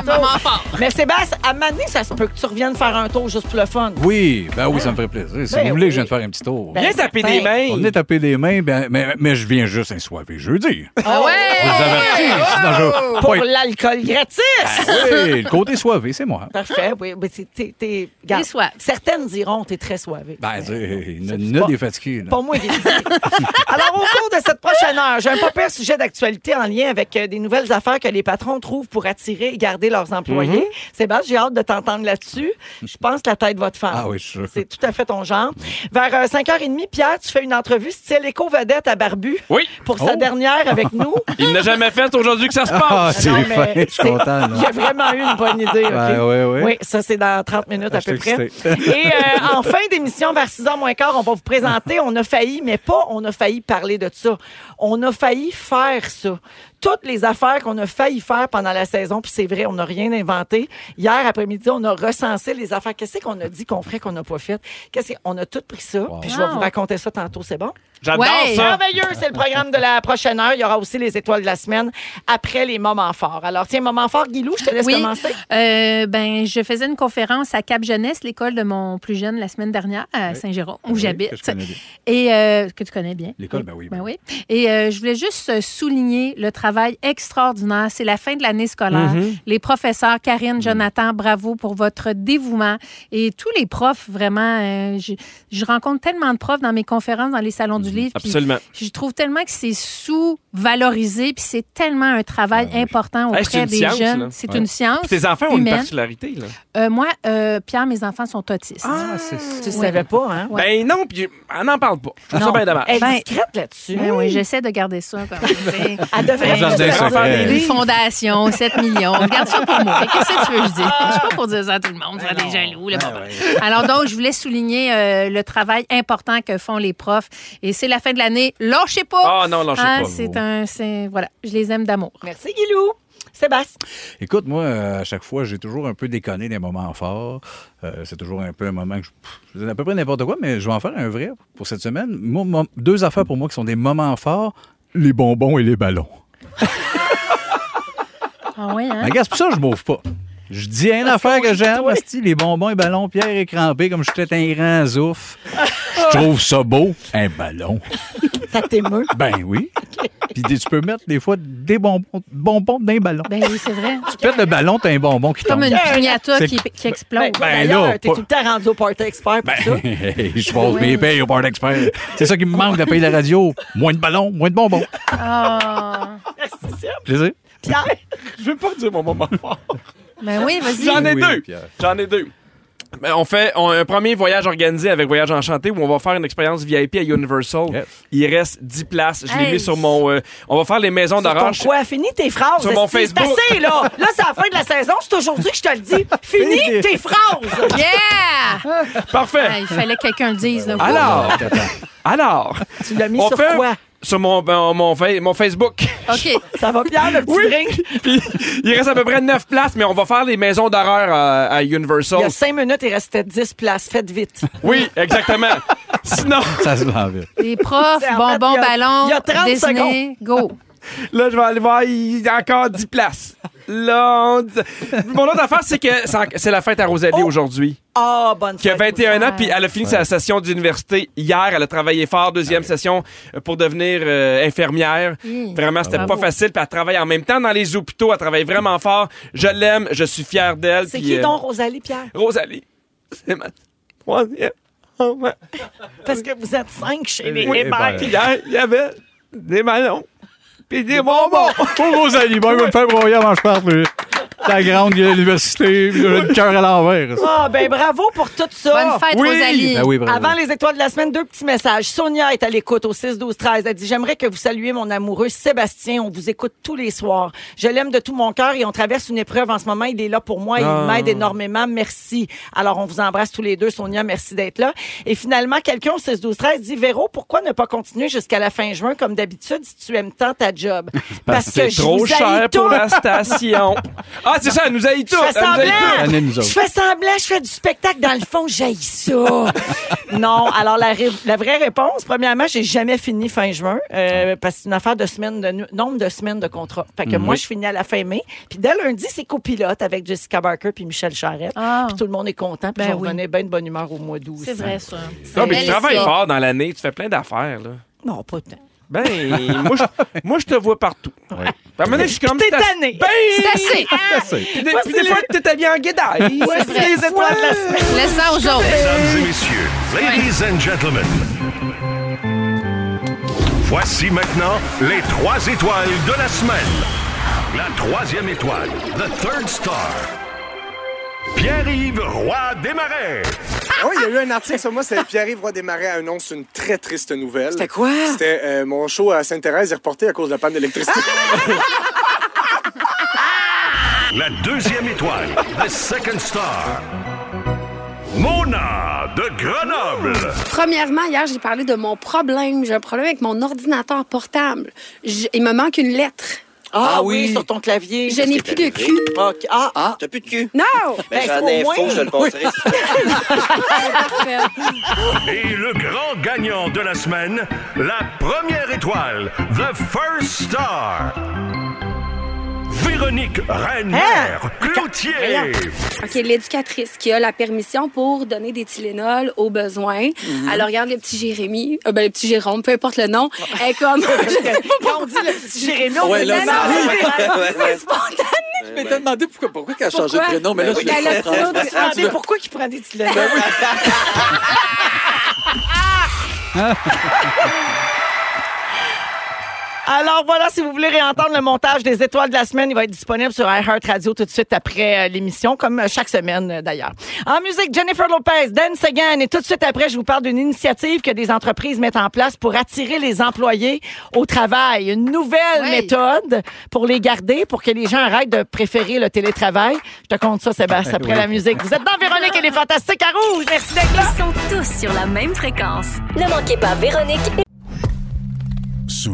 D: Moment Ah, fort.
B: Mais Sébastien, à un moment donné, ça se peut que tu reviennes faire un tour juste pour le fun.
E: Oui, ben oui, ça me fait plaisir. Si
B: Ben
E: vous voulez,
B: oui.
E: je viens de faire un petit tour.
B: Ben,
C: Viens taper
B: certain.
C: des
E: On
C: mains.
E: est tapé des mains, ben, mais, mais je viens juste un soir jeudi.
D: Ah
E: Je vous
D: ouais!
E: avertis, sinon je-
B: Pour
E: Ouais.
B: l'alcool gratis!
E: Ah. Oui, le côté soivé, c'est moi.
B: Parfait, oui. Mais c'est- t'es- t'es- regarde,
D: T'es soif.
B: Certaines diront t'es très soivé.
E: Ben, c'est- il y en a-
B: c'est
E: il y en
B: pas-
E: a des fatigués. là.
B: Pour moi, il est difficile. Alors, au cours de cette prochaine heure, j'ai un pas pire sujet d'actualité en lien avec euh, des nouvelles affaires que les patrons trouvent pour attirer et garder leurs employés.
E: Mhm.
B: Sébastien, j'ai hâte de t'entendre là-dessus. Je pense que la tête va te faire.
E: Ah oui, je suis sûr.
B: C'est tout à fait ton genre. Vers euh, 5h30, Pierre, tu fais une entrevue style éco-vedette à Barbu
C: Oui,
B: pour sa
E: Oh.
B: dernière avec nous.
C: il n'a jamais fait, c'est aujourd'hui que ça se
E: Ah,
C: passe.
E: c'est
B: Non,
E: fin,
B: mais
E: je suis content.
B: Il a
E: là.
B: vraiment eu une bonne idée. OK?
E: Ben, oui, oui.
B: Oui, ça, c'est dans 30 minutes à
E: Je
B: peu
E: suis
B: près.
E: excité.
B: Et euh, en fin d'émission, vers 6h moins quart, on va vous présenter On a failli, mais pas on a failli parler de ça. On a failli faire ça. Toutes les affaires qu'on a failli faire pendant la saison, puis c'est vrai, on n'a rien inventé. Hier après-midi, on a recensé les affaires. Qu'est-ce qu'on a dit qu'on ferait, qu'on n'a pas fait? Qu'est-ce qu'on a tout pris ça? Puis je vais
D: Wow.
B: vous raconter ça tantôt, c'est bon?
C: J'adore
D: Ouais.
C: ça.
B: Merveilleux, c'est le programme de la prochaine heure. Il y aura aussi les étoiles de la semaine après les moments forts. Alors, tiens, moment fort, Guilou, je te laisse
D: Oui.
B: commencer.
D: Euh, ben, je faisais une conférence à Cap Jeunesse, l'école de mon plus jeune, la semaine dernière, à Saint-Jérôme, où
E: Oui,
D: j'habite.
E: que je connais bien.
D: Et euh, que tu connais bien.
E: L'école, ben oui,
D: Ben
E: ben
D: oui. Et euh, je voulais juste euh, souligner le travail extraordinaire. C'est la fin de l'année scolaire.
E: Mm-hmm.
D: Les professeurs,
E: Mm.
D: Karine, Jonathan, bravo pour votre dévouement. Et tous les profs, vraiment, euh, je, je rencontre tellement de profs dans mes conférences, dans les salons
E: Mm-hmm.
D: du livre. puis
C: Absolument.
D: Je trouve tellement que c'est sous-valorisé, puis c'est tellement un travail
E: Ben oui.
D: important
C: Hey, c'est
D: auprès
C: une
D: des
C: science, là.
D: jeunes. C'est
E: Ouais.
D: une science.
C: Puis tes enfants ont une
D: Oh, humaine.
C: particularité, là.
D: Euh, moi, euh, Pierre, mes enfants sont autistes.
E: Ah, c'est ça.
B: Tu savais pas, hein?
D: Ouais.
C: Ben non, puis on n'en parle pas. Je trouve ça
B: Non.
C: bien dommage.
B: Elle est
D: Ben-
B: discrète
E: Eh
B: là-dessus.
D: Ben oui, j'essaie de garder ça comme tu sais,
B: Elle devrait
E: Jardin
B: juste faire
E: secret.
B: des
D: une
B: livres.
D: fondation, 7 millions. Regarde ça pour moi. Fait que Qu'est-ce que tu veux que je dise? Je suis pas pour dire ça à tout le monde.
E: Ah
D: Ça des jaloux. Là, bon, bon. Alors donc, je voulais souligner euh, le travail important que font les profs. Et c'est la fin de l'année. Lâchez pas!
C: Ah non, lâchez
D: Ah,
C: pas.
D: C'est un... c'est- Voilà, je les aime d'amour.
B: Merci, Guilou. Sébastien.
E: Écoute, moi, euh, à chaque fois, j'ai toujours un peu déconné des moments forts. Euh, c'est toujours un peu un moment que je, pff, je dis à peu près n'importe quoi, mais je vais en faire un vrai pour cette semaine. Moi, mon- deux affaires pour moi qui sont des moments forts les bonbons et les ballons.
D: Ah oui, hein?
E: Mais gars, c'est pour ça que je m'ouvre pas. Je dis une affaire que j'aime, asti, les bonbons et ballons, Pierre est crampé comme j'étais un grand zouf. Je trouve ça beau, un ballon.
B: Ça t'émeut.
E: Ben oui. Puis des- tu peux mettre des fois des bonbons, bonbons dans un ballon.
D: Ben oui, c'est vrai.
E: Tu pètes le ballon, t'as un bonbon qui tombe.
D: Comme une piñata
E: C'est-
D: qui, qui explose.
B: Toi,
E: Ben
B: d'ailleurs,
E: là,
B: t'es
E: pas-
B: tout le temps rendu au party expert
C: Ben,
B: pour ça.
E: Hey, Ben, je pose mes payes au Part Expert. C'est ça qui me manque de payer la radio. Moins de ballons, moins de bonbons.
D: Ah.
B: Merci, Seb.
E: Plaisir.
B: Pierre.
C: Je veux pas dire mon moment fort.
D: Ben oui, vas-y.
C: J'en ai
E: Oui,
C: deux.
E: Pierre.
C: J'en ai deux. Ben, on fait on- un premier voyage organisé avec Voyage Enchanté où on va faire une expérience VIP à Universal.
E: Yes.
C: Il reste 10 places. Je l'ai
D: Hey.
C: mis sur mon. euh, on va faire les maisons
B: Sur ton
C: d'orange.
B: quoi? Finis tes phrases.
C: Sur mon
B: esti, c'est
C: Facebook.
B: assez, là. Là, c'est la fin de la saison. C'est aujourd'hui que je te le dis. Finis
E: Finis.
B: tes phrases.
D: Yeah! Ah,
C: Parfait.
D: il fallait que quelqu'un le dise. là.
C: Alors, alors,
B: Tu l'as mis
C: on
B: sur
C: fait
B: quoi?
C: sur mon, ben, mon, mon fa- mon Facebook.
D: OK.
B: Ça va, Pierre, le petit drink?
C: Puis, il reste à peu près 9 places, mais on va faire les maisons d'horreur euh, à, à
B: Il y a
C: Universal.
B: cinq minutes, il restait 10 places. Faites vite.
C: Oui, exactement. Sinon.
E: Ça se vend vite.
D: Les profs,
C: C'est- en fait,
D: bonbons,
C: il y a-
D: ballons,
C: il y a 30
D: Disney, go.
C: Là, je vais aller voir, il y a encore 10 places. Là, on dit- Mon autre affaire, c'est que c'est en- c'est la fête à
B: Oh.
C: Rosalie aujourd'hui.
B: Ah, bonne
C: Qui a
B: fête,
C: 21 ans,
B: Moussa.
C: puis elle a fini sa session d'université hier. Elle a travaillé fort, deuxième session euh, pour devenir euh, infirmière.
B: Hi.
C: Vraiment, c'était
B: Bravo.
C: pas facile. Puis elle travaille en même temps dans les hôpitaux. Elle travaille vraiment fort. Je l'aime, je suis fier d'elle.
B: C'est
C: puis,
B: qui
C: euh,
B: donc Rosalie Pierre?
C: Rosalie. C'est ma troisième. Oh, ouais.
B: Parce que vous êtes cinq chez les
C: Oui, ben.
B: Hébert.
C: puis hier, il y avait des ballons. Puis des bonbons.
E: Pour Rosalie, moi, il va me faire broyer avant que je parte, lui. Ta grande gueule à l'université, puis là, le cœur à l'envers.
B: Ah, ben bravo pour tout ça.
E: Bonne fête, Oui. Rosalie. Ben oui, bravo.
B: Avant les étoiles de la semaine, deux petits messages. Sonia est à l'écoute au 6-12-13. Elle dit J'aimerais que vous saluiez mon amoureux Sébastien. On vous écoute tous les soirs. Je l'aime de tout mon cœur et on traverse une épreuve en ce moment. Il est là pour moi et
L: Ah.
B: il m'aide énormément. Merci. Alors, on vous embrasse tous les deux. Sonia, merci d'être là. Et finalement, quelqu'un au 6-12-13 dit Véro, pourquoi ne pas continuer jusqu'à la fin juin comme d'habitude si tu aimes tant ta job
C: Parce que c'est trop cher pour la station. Ah, c'est ça, elle nous haït
B: Je
C: tout.
B: fais
C: elle nous haït
B: semblant.
C: toutes.
B: Je fais semblant, je fais du spectacle. Dans le fond, j'haïs ça. non, alors la, ré- la vraie réponse, premièrement, j'ai jamais fini fin juin euh, parce que c'est une affaire de semaine, de nu- nombre de semaines de contrat. Fait que
C: Mm-hmm.
L: Mhm.
B: moi, je finis à la fin mai. Puis dès lundi, c'est copilote avec Jessica Barker puis Michel Charette. Puis tout le monde est content. Puis
D: Ben
B: on
D: oui.
B: revenait bien de bonne humeur au mois d'août.
D: C'est vrai, ça.
C: Non, mais tu
B: Elle,
C: travailles
B: ça.
C: fort dans l'année, tu fais plein d'affaires, là.
B: Non, pas tant.
C: Ben, moi, je, moi, je te vois partout. Ben, T'as mené, je suis comme.
B: T'es
C: t'as-
B: tanné.
C: Ben!
D: C'est assez.
C: Puis des, puis des fois, t'es habillé en guédaille.
D: Ouais,
C: C'est
D: c'est
C: les
D: vrai.
C: étoiles de la semaine.
D: Laisse ça aux autres.
K: Mesdames et messieurs, ladies and gentlemen, voici maintenant les trois étoiles de la semaine. La troisième étoile, the third star, Pierre-Yves Roy Desmarais.
M: Ah Oui, il y a eu un article sur moi, c'est Pierre-Yves Roy Desmarais annonce une très triste nouvelle.
N: C'était quoi?
M: C'était euh, mon show à Sainte-Thérèse est reporté à cause de la panne d'électricité.
K: La deuxième étoile, the second star, Mona de Grenoble.
O: Euh, Premièrement, hier, j'ai parlé de mon problème. J'ai un problème avec mon ordinateur portable. Je- Il me manque une lettre.
B: Ah, Ah oui, oui. sur ton clavier.
O: Je
B: Qu'est-ce
O: n'ai
B: qui
O: plus
B: t'est
O: de
B: arrivé?
O: cul.
B: Ah,
O: ah.
N: T'as plus de cul?
O: Non!
N: Ben, j'en ai un faux, je le passerai.
K: Et le grand gagnant de la semaine, la première étoile, The First Star. Véronique Renner Cloutier.
O: OK, l'éducatrice qui a la permission pour donner des Tylenol aux besoins.
K: Mhm.
O: Alors, regarde le petit Jérémy, euh, ben, le petit Jérôme, peu importe le nom. Elle est comme. je sais pas
B: Quand on dit le petit Jérémy, on
N: Ouais,
B: dit
N: là,
B: non,
N: ça-
B: non,
N: oui.
B: c'est-
N: Ouais, ouais.
B: c'est spontané.
N: Je m'étais demandé pourquoi, pourquoi qu'elle a changé de
B: Pourquoi?
N: prénom, mais là,
B: Ben oui,
N: je
B: elle a
N: le comprends.
B: toujours demandé pourquoi il prend des Tylenol. Alors voilà, si vous voulez réentendre le montage des étoiles de la semaine, il va être disponible sur iHeart Radio tout de suite après euh, l'émission, comme euh, chaque semaine euh, d'ailleurs. En musique, Jennifer Lopez, Dan Segan, et tout de suite après, je vous parle d'une initiative que des entreprises mettent en place pour attirer les employés au travail. Une nouvelle méthode pour les garder, pour que les gens arrêtent de préférer le télétravail. Je te compte ça, Sébastien, après
A: Oui.
B: la musique. Vous êtes dans Véronique et les Fantastiques à Rouge. Merci d'être là.
A: Ils sont tous sur la même fréquence.
G: Ne manquez pas Véronique et
I: Sous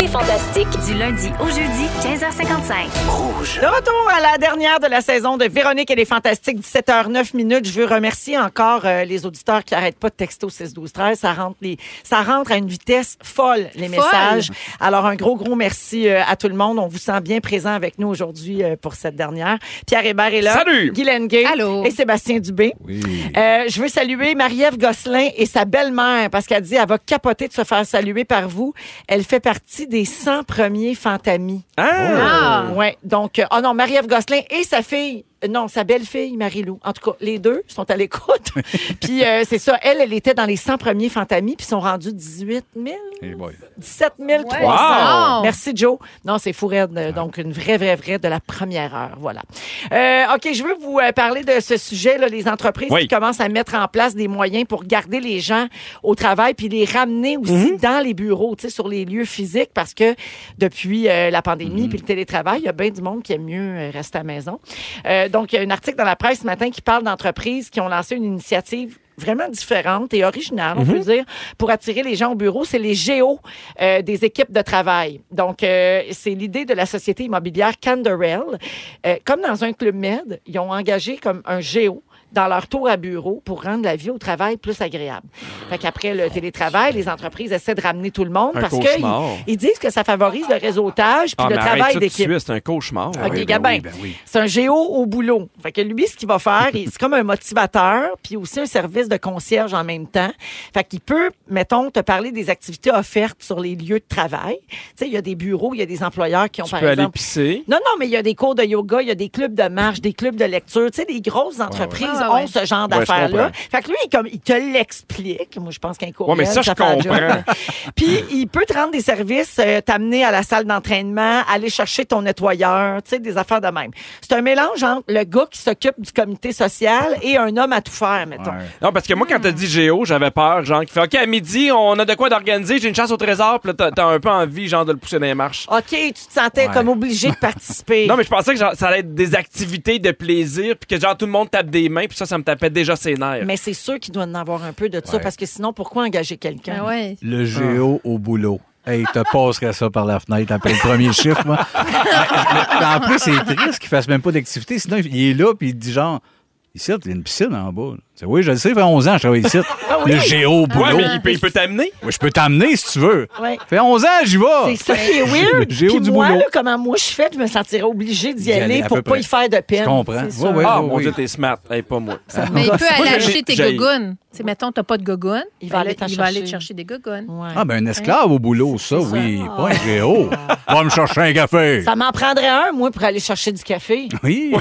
G: les Fantastiques.
A: Du lundi au jeudi, 15h55.
B: De retour à la dernière de la saison de Véronique et les Fantastiques, 17h09 minutes. Je veux remercier encore euh, les auditeurs qui n'arrêtent pas de texter au 6 12 13 ça rentre, les, ça rentre à une vitesse folle, les
L: Folle.
B: messages. Alors, un gros, gros merci euh, à tout le monde. On vous sent bien présent avec nous aujourd'hui euh, pour cette dernière. Pierre Hébert est là.
L: Salut.
B: Guylaine Gay. Et Sébastien Dubé. Euh, je veux saluer Marie-Ève Gosselin et sa belle-mère parce qu'elle dit elle va capoter de se faire saluer par vous. Elle fait partie des 100 premiers Fantamis.
L: Ah!
C: Hein?
B: Ouais. Donc, euh, ah non, Marie-Ève oh Gosselin et sa fille non, sa belle-fille, Marie-Lou. En tout cas, les deux sont à l'écoute. puis euh, c'est ça, elle, elle était dans les 100 premiers Fantamis, puis ils sont rendus 18 000,
E: Hey boy.
B: 17 300.
E: Wow!
B: Merci, Joe. Non, c'est fou raide, euh, Donc, une vraie, vraie, vraie de la première heure. Voilà. Euh, OK, je veux vous euh, parler de ce sujet, là, les entreprises
L: Oui.
B: qui commencent à mettre en place des moyens pour garder les gens au travail puis les ramener aussi dans les bureaux, tu sais, sur les lieux physiques, parce que depuis euh, la pandémie puis le télétravail, il y a bien du monde qui aime mieux euh, rester à la maison. Euh, donc, il y a un article dans la presse ce matin qui parle d'entreprises qui ont lancé une initiative vraiment différente et originale, on peut
P: Mhm.
B: dire, pour attirer les gens au bureau, c'est les géos euh, des équipes de travail. Donc, euh, c'est l'idée de la société immobilière Canderel. Euh, comme dans un club med, ils ont engagé comme un géo dans leur tour à bureau pour rendre la vie au travail plus agréable. Fait qu'après le télétravail, les entreprises essaient de ramener tout le monde
C: Un
B: parce qu'ils
C: cauchemar.
B: ils disent que ça favorise le réseautage puis
C: Ah,
B: le
C: mais arrête
B: travail
C: ça tout de
B: d'équipe.
C: suite, c'est un cauchemar.
B: OK, Gabin,
C: ben
B: c'est un géo au boulot. Fait que lui, ce qu'il va faire, il- c'est comme un motivateur, puis aussi un service de concierge en même temps. Fait qu'il peut, mettons, te parler des activités offertes sur les lieux de travail. Tu sais, il y a des bureaux, il y a des employeurs qui ont,
C: Tu
B: par
C: peux aller
B: exemple...
C: pisser.
B: Non, non, mais il y a des cours de yoga, il y a des clubs de marche, des clubs de lecture. Tu sais, les grosses entreprises
C: Ah, ouais.
B: ont ce genre
C: Ouais, je
B: d'affaires-là.
C: comprends.
B: Fait que lui, il, comme, il te l'explique. Moi, je pense qu'un cours
C: Ouais, mais ça, je comprends.
B: puis, il peut te rendre des services, euh, t'amener à la salle d'entraînement, aller chercher ton nettoyeur, tu sais, des affaires de même. C'est un mélange entre le gars qui s'occupe du comité social et un homme à tout faire, mettons.
C: Non, parce que moi, quand t'as dit Géo, j'avais peur, genre, qui fait OK, à midi, on a de quoi d'organiser, j'ai une chasse au trésor, puis là, t'as- t'as un peu envie, genre, de le pousser dans les marches.
B: OK, tu te sentais
C: Ouais.
B: comme obligé de participer.
C: Non, mais je pensais que genre, ça allait être des activités de plaisir, puis que, genre, tout le monde tape des mains, puis ça, ça me tapait déjà ses nerfs.
B: Mais c'est sûr qu'il doit en avoir un peu de ça,
E: Ouais.
B: parce que sinon, pourquoi engager
C: Ben
D: Ah
B: quelqu'un?
E: Le géo au boulot. Hey, te passerais ça par la fenêtre après le premier chiffre, moi. Mais en plus, c'est triste qu'il fasse même pas d'activité. Sinon, il est là, puis il dit genre, ici, il y a une piscine en bas. Tu sais, oui, je le sais, ça fait 11 ans que je travaille ici.
C: Ah oui?
E: Le géo au boulot.
C: Ouais, mais il peut- il peut t'amener.
E: Ouais, je peux t'amener si tu veux.
B: Ouais.
E: Ça fait 11 ans, j'y vais.
B: C'est ça qui est weird.
E: Géo
B: Puis
E: du
B: moi,
E: boulot.
B: là, comment moi je fais, je me sentirais obligée d'y
E: D'y aller,
B: aller,
E: à
B: pour
E: peu
B: pas
E: près.
B: y faire de peine.
E: Je comprends.
B: C'est sûr.
E: Ouais, ouais,
C: ah,
E: ouais,
C: mon
E: oui.
C: Dieu, t'es smart. Hey, pas moi.
D: Mais il peut aller acheter tes
C: J'ai-
D: gogoons. Tu sais, mettons, t'as pas de gogoons. ben, Il
B: va aller t'en
D: il va
B: chercher.
D: aller te chercher des gogoons.
E: Ah, ben, un esclave au boulot, ça, oui. Pas un géo. Va me chercher un café.
B: Ah. Ça m'en prendrait un, moi, pour aller chercher du café.
E: Oui.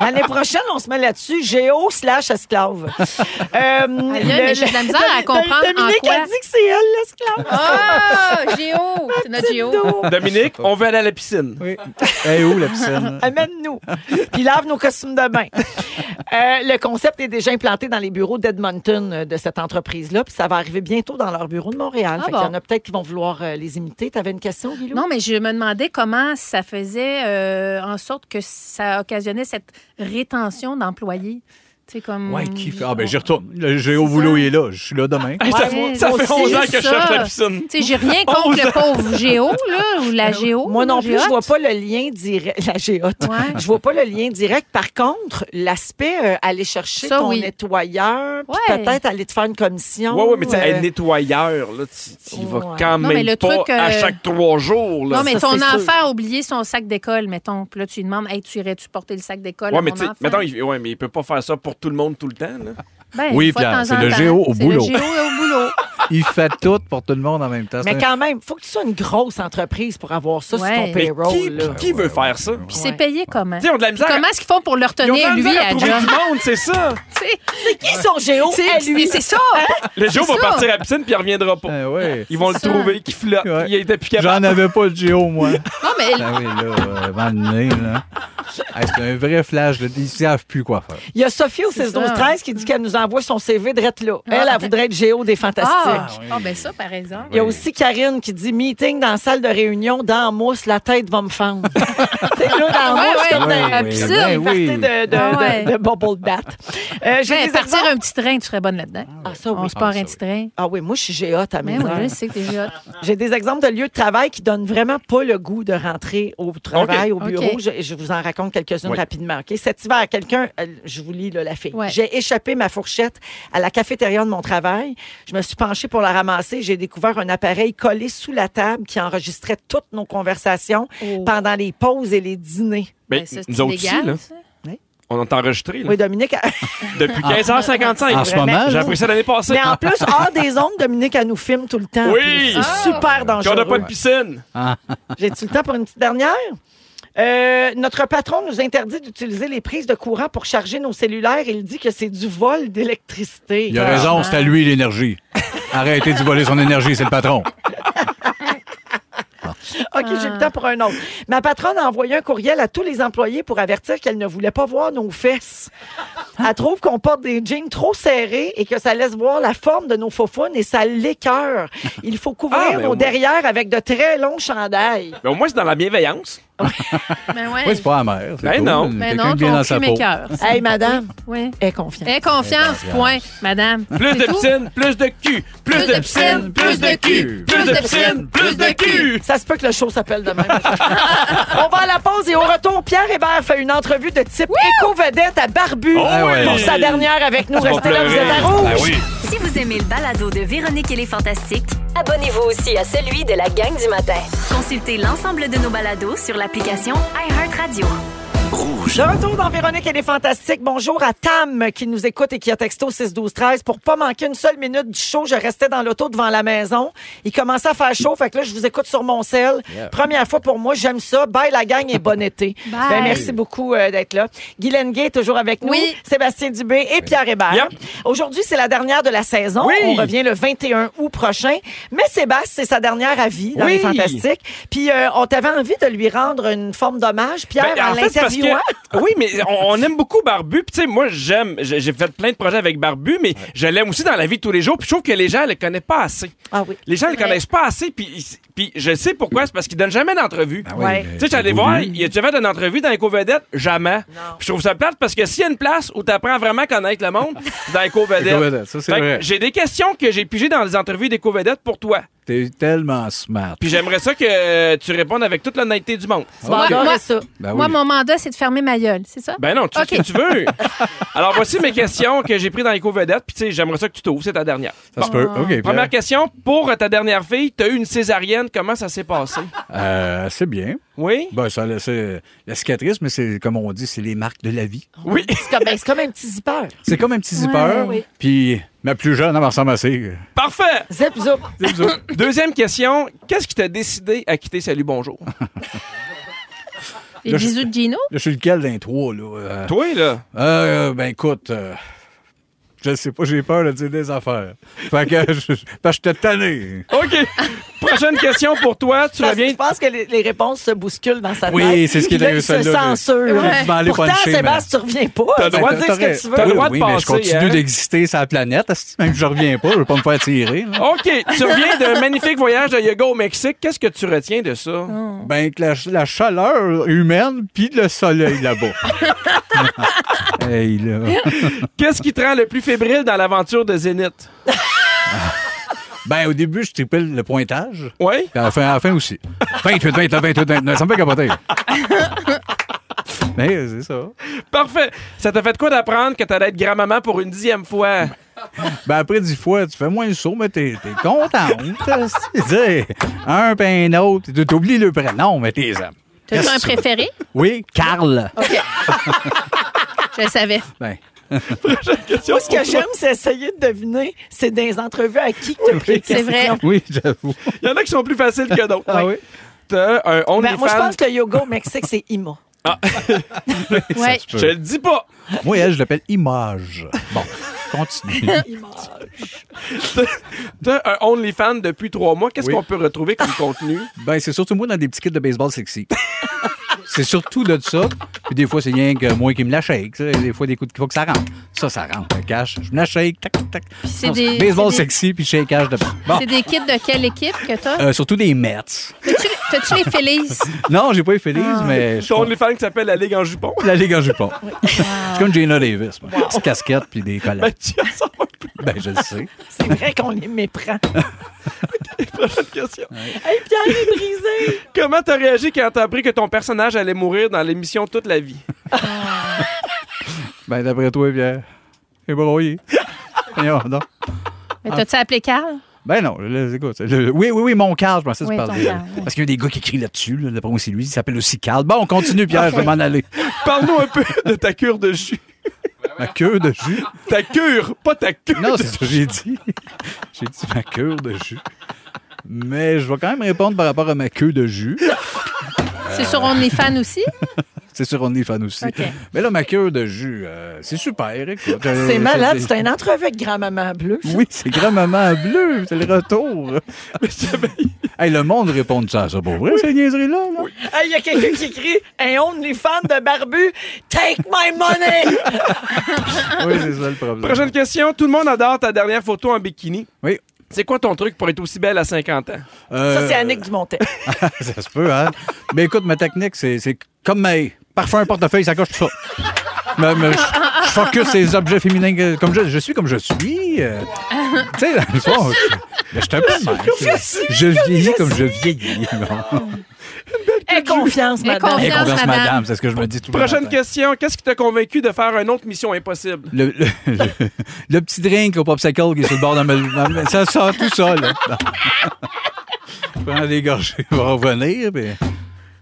B: L'année prochaine, on se met là-dessus. Géo slash esclave. Euh,
D: vient, mais j'ai de la misère à
B: Domi-
D: comprendre en
B: Dominique
D: quoi.
B: a dit que c'est elle, l'esclave.
D: Ah, Géo. C'est notre Géo.
E: Ben,
C: Dominique, on veut aller à la piscine.
E: Oui. Elle est où, la piscine?
B: Amène-nous. Puis lave nos costumes de bain. Euh, le concept est déjà implanté dans les bureaux d'Edmonton euh, de cette entreprise-là. Puis ça va arriver bientôt dans leur bureau de Montréal.
D: Ah
B: Fait qu'il y en
D: bon.
B: a peut-être qui vont vouloir euh, les imiter. T'avais une question, Guilou?
D: Non, mais je me demandais comment ça faisait euh, en sorte que ça occasionnait cette rétention d'employés. Tu sais, comme...
E: Ouais, qui fait- Ah, ben, j'y retourne. Le géo au boulot, il est là. Je suis là demain.
D: Ouais, moi aussi, c'est ça. Tu sais, j'ai rien contre
B: 11
D: le
B: ans.
D: pauvre Géo, là, ou la Géo.
B: Ben Moi non
D: la
B: plus, je
D: géote.
B: vois pas le lien direct. La géote.
D: Ouais.
B: Je vois pas le lien direct. Par contre, l'aspect euh, aller chercher
D: Ça,
B: ton
D: oui.
B: nettoyeur, puis
D: Ouais.
B: peut-être aller te faire une commission.
C: Ouais, ouais, mais tu sais,
B: euh,
C: un nettoyeur, là, tu, tu y vas quand
D: Non,
C: même
D: mais le
C: pas
D: truc, euh,
C: à chaque trois jours. Là.
D: Non, mais
C: Ça,
D: ton
C: c'est sûr.
D: enfant a oublié son sac d'école, mettons. Puis là, tu lui demandes, hey, tu irais-tu porter le sac d'école
C: Ouais,
D: à
C: mais
D: mon
C: tu sais,
D: enfant?
C: mettons, il, ouais, mais il peut pas faire ça pour tout le monde tout le temps. Là.
D: Ben,
E: Oui,
D: une fois de
E: Pierre,
D: temps
E: c'est
D: en
E: le
D: temps.
E: géo au
D: C'est le
E: boulot.
D: géo au boulot.
E: Il fait tout pour tout le monde en même temps.
B: Mais
E: C'est un-
B: quand même, faut que tu sois une grosse entreprise pour avoir ça
D: Ouais.
B: sur ton
D: Mais
B: payroll.
C: qui,
B: là.
C: qui veut faire ça?
D: Puis c'est payé comment?
C: T'sais, ils ont de la misère
D: Puis Comment
C: à-
D: est-ce qu'ils font pour le
C: Ils ont
D: retenir,
C: de la
D: lui,
C: misère à
D: à
C: trouver
D: John?
C: du monde, c'est ça.
B: C'est qui son géo
D: C'est-
B: à lui?
D: mais c'est ça.
C: Le Géo
D: C'est
C: va
D: ça.
C: partir à la piscine puis il reviendra pas. Ils vont le
D: C'est ça.
C: trouver, qui flotte. Il était plus
E: Ah, J'en
C: capable.
E: avais pas de géo, moi.
D: Non, mais
E: Ah oui, là, euh, avant le nez, là. Hey, c'est un vrai flash. là. Ils savent plus quoi faire.
B: Il y a Sophie au
D: C'est
B: 16 12 13 qui dit qu'elle nous envoie son CV de là. Elle, elle voudrait être géo des fantastiques.
D: Ah, ah, ben ça, par exemple.
B: Il y a aussi Karine qui dit meeting dans la salle de réunion, dans la mousse, la tête va me fendre. C'est là, dans la
D: Ah, Ouais,
B: mousse,
D: ouais.
B: comme dans
D: Ouais, ouais. Ben
B: une partie
D: oui.
B: de, de-
D: Ah ouais.
B: de- de bubble bath. Euh, j'ai
D: Ben,
B: des
D: partir
B: affaires-
D: un petit train, tu serais bonne là-dedans.
B: Ah, ça, oui.
D: On se part un petit train. Ben Oh.
B: Ah oui, moi, je suis géote à
D: Mais
B: mes
D: oui,
B: heures.
D: je sais que t'es géote.
B: J'ai des exemples de lieux de travail qui donnent vraiment pas le goût de rentrer au travail,
D: OK.
B: au bureau.
D: OK.
B: Je, je vous en raconte quelques-unes
D: Oui.
B: rapidement. OK? Cet hiver, quelqu'un, euh, je vous lis là, la fille,
D: Ouais.
B: j'ai échappé ma fourchette à la cafétéria de mon travail. Je me suis penchée pour la ramasser. J'ai découvert un appareil collé sous la table qui enregistrait toutes nos conversations
D: Oh. Ben,
B: pendant les pauses et les dîners.
C: Mais nous autres aussi, là. On est enregistré, là.
B: Oui, Dominique. a-
C: Depuis
D: Ah.
C: 15h55.
E: En ce moment,
C: J'ai
E: là.
C: appris ça l'année passée.
B: Mais en plus, hors des ondes, Dominique, elle nous filme tout le temps.
C: Oui!
B: C'est super
D: Ah.
C: Quand on
B: dangereux.
C: n'a pas de piscine.
B: J'ai-tu le temps pour une petite dernière? Euh, notre patron nous interdit d'utiliser les prises de courant pour charger nos cellulaires. Il dit que c'est du vol d'électricité.
E: Il a raison, c'est à lui l'énergie. Arrêtez de voler son énergie, c'est le patron.
B: Ah. OK, j'ai le temps pour un autre. Ma patronne a envoyé un courriel à tous les employés pour avertir qu'elle ne voulait pas voir nos fesses. Elle trouve qu'on porte des jeans trop serrés et que ça laisse voir la forme de nos faufounes et ça l'écœure. Il faut couvrir
C: Ah, ben, au
B: nos
C: moins.
B: derrière avec de très longs chandails.
C: Mais au moins, c'est dans la bienveillance.
D: Mais
E: Oui, c'est pas amer. c'est
C: Ben
E: cool.
C: non.
D: Mais
E: Quelqu'un
D: Ben non,
E: de bien
D: ton
E: dans sa
D: cul
E: peau.
D: m'écoeure.
B: Hey, madame,
D: Oui.
B: aie confiance.
D: Aie confiance,
E: Aie confiance.
D: point, madame.
C: Plus
D: C'est
C: de
D: tout?
C: piscine, plus de cul. Plus de piscine, plus de cul. Plus de piscine, plus de cul.
B: Ça se peut que le show s'appelle demain. On va à la pause et au retour, Pierre Hébert fait une entrevue de type éco-vedette à Barbu
C: Oh oui.
B: pour sa dernière avec nous.
C: Tu vas
B: Restez là, vous êtes à
C: pleurer.
B: rouge.
K: Ah
C: Ben oui.
A: Si vous aimez le balado de Véronique et les Fantastiques,
G: Abonnez-vous aussi à celui de la gang du matin.
A: consultez l'ensemble de nos balados sur l'application iHeartRadio.
B: De retour dans Véronique et les Fantastiques. Bonjour à Tam qui nous écoute et qui a texto 6-12-13. Pour pas manquer une seule minute du show, je restais dans l'auto devant la maison. Il commençait à faire chaud, fait que là, je vous écoute sur mon sel.
L: Yeah.
B: Première fois pour moi, j'aime ça. Bye la gang et bon été.
D: Bye.
B: Ben, merci beaucoup euh, d'être là. Guylaine Gay est toujours avec nous.
D: Oui.
B: Sébastien Dubé et Pierre Hébert. Aujourd'hui, c'est la dernière de la saison.
L: Oui.
B: On revient le 21 août prochain. Mais Sébastien, c'est sa dernière à vie dans
C: Oui.
B: les Fantastiques. Puis euh, on t'avait envie de lui rendre une forme d'hommage, Pierre,
C: Ben,
B: en,
C: en fait, c'est parce que-
B: l'interviewant.
C: oui, mais on, on aime beaucoup Barbu. Puis, tu sais, moi, j'aime. J'ai j'ai fait plein de projets avec Barbu, mais je l'aime aussi dans la vie de tous les jours. Puis, je trouve que les gens le connaissent pas assez.
B: Ah oui.
C: Les gens le connaissent pas assez. Puis, ils- puis je sais pourquoi. C'est parce qu'il donne jamais d'entrevue.
B: oui, Ouais. mais
C: Tu sais, j'allais
E: c'est
C: voir,
E: Ah voulu.
C: il a déjà fait une entrevue dans Éco-Vedette? Jamais. Puis je trouve ça plate parce que s'il y a une place où tu apprends vraiment à connaître le monde, c'est dans
E: Éco-Vedette,
C: Éco-Vedette.
E: ça, c'est
C: Fait que
E: vrai.
C: J'ai des questions que j'ai pigées dans les entrevues d'Éco-Vedette pour toi.
E: T'es tellement smart.
C: Puis j'aimerais ça que euh, tu répondes avec toute l'honnêteté du monde.
D: Moi, moi-
E: Ben
D: moi,
E: oui.
D: mon mandat, c'est de fermer ma gueule, c'est ça?
C: Ben non, tu fais
D: Ok.
C: ce que tu veux. Alors, voici mes questions que j'ai prises dans les vedettes Puis, tu sais, j'aimerais ça que tu t'ouvres. C'est ta dernière.
E: Ça se peut. OK, Pierre.
C: Première question. Pour euh, ta dernière fille, t'as eu une césarienne. Comment ça s'est passé?
E: Euh, c'est bien.
C: Oui.
E: Ben, ça a laissé la cicatrice, mais c'est, comme on dit, c'est les marques de la vie.
C: Oui.
B: C'est comme, ben, c'est comme un petit zipper.
E: C'est comme un petit
B: Ouais,
E: zipper.
B: oui.
E: Puis ma plus jeune, elle me ressemble assez.
C: Parfait!
B: Zip, zip.
C: C'est bizarre. Deuxième question. Qu'est-ce qui t'a décidé à quitter Salut Bonjour?
D: Les
E: Là, je-
D: bisous de Gino?
E: Là, je suis lequel d'un trois, là? euh?
C: Toi, là?
E: Euh, ben, écoute, euh, je sais pas, j'ai peur de dire des affaires. Fait que je, parce que je t'ai tanné.
C: OK. Prochaine question pour toi. Tu
B: Parce que
C: reviens.
B: Je pense que les, les réponses se bousculent dans sa tête.
E: Oui, c'est ce qui est
B: Puis là,
E: arrivé,
B: il se
E: celle-là,
B: censure.
E: là. Ouais. Je vais aller
B: Pourtant,
E: puncher,
B: Sébastien, tu reviens pas.
C: T'as le
B: Tu
C: droit
B: peux
C: de
B: dire ce que tu veux.
C: t'as le droit de
E: Ben, oui, mais je
C: penser,
E: continue
C: hein?
E: d'exister sur la planète. asti, Même que je reviens pas, je veux pas me faire tirer. là.
C: OK. Tu reviens d'un magnifique voyage de yoga au Mexique. Qu'est-ce que tu retiens de ça?
E: Ben, que la, la chaleur humaine, puis le soleil là-bas. hey, là.
C: Qu'est-ce qui te rend le plus fébrile dans l'aventure de Zénith?
E: Ben, au début, je tripais le pointage.
C: Oui.
E: Puis à la fin, à la fin aussi. 28, 29, 28, 29. Ça me fait capoter. Mais c'est ça.
C: Parfait. Ça t'a fait quoi d'apprendre que t'allais être grand-maman pour une dixième fois?
E: Ben, après dix fois, tu fais moins le saut, mais t'es t'es contente. C'est-à-dire, un, puis un autre. Tu t'oublies le prénom, mais t'es aimes.
D: T'as-tu un préféré?
E: Oui, Carl.
D: Je le savais.
E: Ben.
B: Moi, ce que j'aime, c'est essayer de deviner, c'est dans les entrevues à qui que tu as pris les
D: C'est vrai.
C: Ah.
B: questions.
E: Oui, j'avoue.
C: Il y en a qui sont plus faciles que d'autres. Ah
E: oui?
C: T'as un
B: Ben, moi, je
C: OnlyFans.
B: pense que le yoga au Mexique, c'est IMA.
D: Ouais.
C: Je te le dis pas.
E: Moi, elle, je l'appelle Image. Bon, continue.
C: T'as un OnlyFans depuis trois mois. Qu'est-ce
E: Oui.
C: qu'on peut retrouver comme contenu?
E: Ben, c'est surtout moi dans des petits kits de baseball sexy. c'est surtout de ça. Puis des fois, c'est rien que moi qui me la shake. ça. Des fois, des coups de faut que ça rentre. Ça, ça rentre. Le cash. Je me la shake. Tac, tac.
D: c'est
E: Non,
D: des-
E: baseball
D: c'est des-
E: sexy, puis shakeage de Bon.
D: C'est des kits de quelle équipe que t'as?
E: Euh, surtout des Mets.
D: T'as-tu t'as-tu les Félix?
E: Non, j'ai pas eu Félix,
D: Ah.
E: mais je
C: Ton OnlyFans qui s'appelle La Ligue en jupon.
E: la Ligue en jupon. C'est comme Gina Davis. moi. Petite casquette, puis des collants.
C: Ben, tu en sors pas plus.
E: Ben, je le sais.
B: C'est vrai qu'on les méprend.
C: Prochaine question.
B: Hey, Pierre, il est brisé.
C: Comment t'as réagi quand t'as appris que ton personnage allait mourir dans l'émission toute la vie?
E: Ben, d'après toi, Pierre, c'est broyé. Voyons donc.
D: Mais t'as-tu appelé Carl?
E: Ben non, là, écoute. le- oui, oui, oui, mon Carl, je pensais que
D: Oui,
E: tu
D: ton
E: parlais.
D: Carl, oui.
E: Parce qu'il y a des gars qui crient là-dessus, là, d'après moi, c'est lui, il s'appelle aussi Carl. Bon, on continue, Pierre, je vais m'en aller.
C: Parle-nous un peu de ta cure de jus.
E: Ma cure de jus.
C: Ta cure, pas ta cure.
E: Non, c'est ça que j'ai dit. J'ai dit ma cure de jus. Mais je vais quand même répondre par rapport à ma queue de jus.
D: C'est sur OnlyFans aussi?
E: C'est sûr, on est fan aussi.
D: OK.
E: Mais là, ma cure de jus, euh, c'est super, écoute. Euh,
B: C'est malade, c'est un entrevue avec grand-maman bleue.
E: Oui, c'est grand-maman bleu, c'est le retour. hey, le monde répond ça à ça, pour vrai, ces niaiseries-là. là.
B: Hey, Il y a quelqu'un qui crie Hey, on les fans de barbu, take my money!
E: Oui, c'est ça le problème.
C: Prochaine question. Tout le monde adore ta dernière photo en bikini.
E: Oui. Euh,
C: C'est quoi ton truc pour être aussi belle à 50 ans?
B: Ça, c'est Annick Dumontet.
E: ça se peut, hein? Mais écoute, ma technique, c'est c'est comme mes parfum, portefeuille, sacoche, tout ça. Mais- mais je- je focus ces objets féminins que- comme je, je suis comme je suis. euh, tu sais, dans le fond, je, mais je suis un peu de même, tu sais. Je vieillis comme je vieillis. bon.
B: Aie confiance, madame.
E: Aie confiance, madame, c'est ce que je me dis tout le
C: Prochaine
E: matin.
C: question. Qu'est-ce qui t'a convaincu de faire une autre mission impossible?
E: Le, le, le- le petit drink au popsicle qui est sur le bord de ma... dans ma- Ça sort tout ça, là. Prends des gorgées, on va revenir, puis...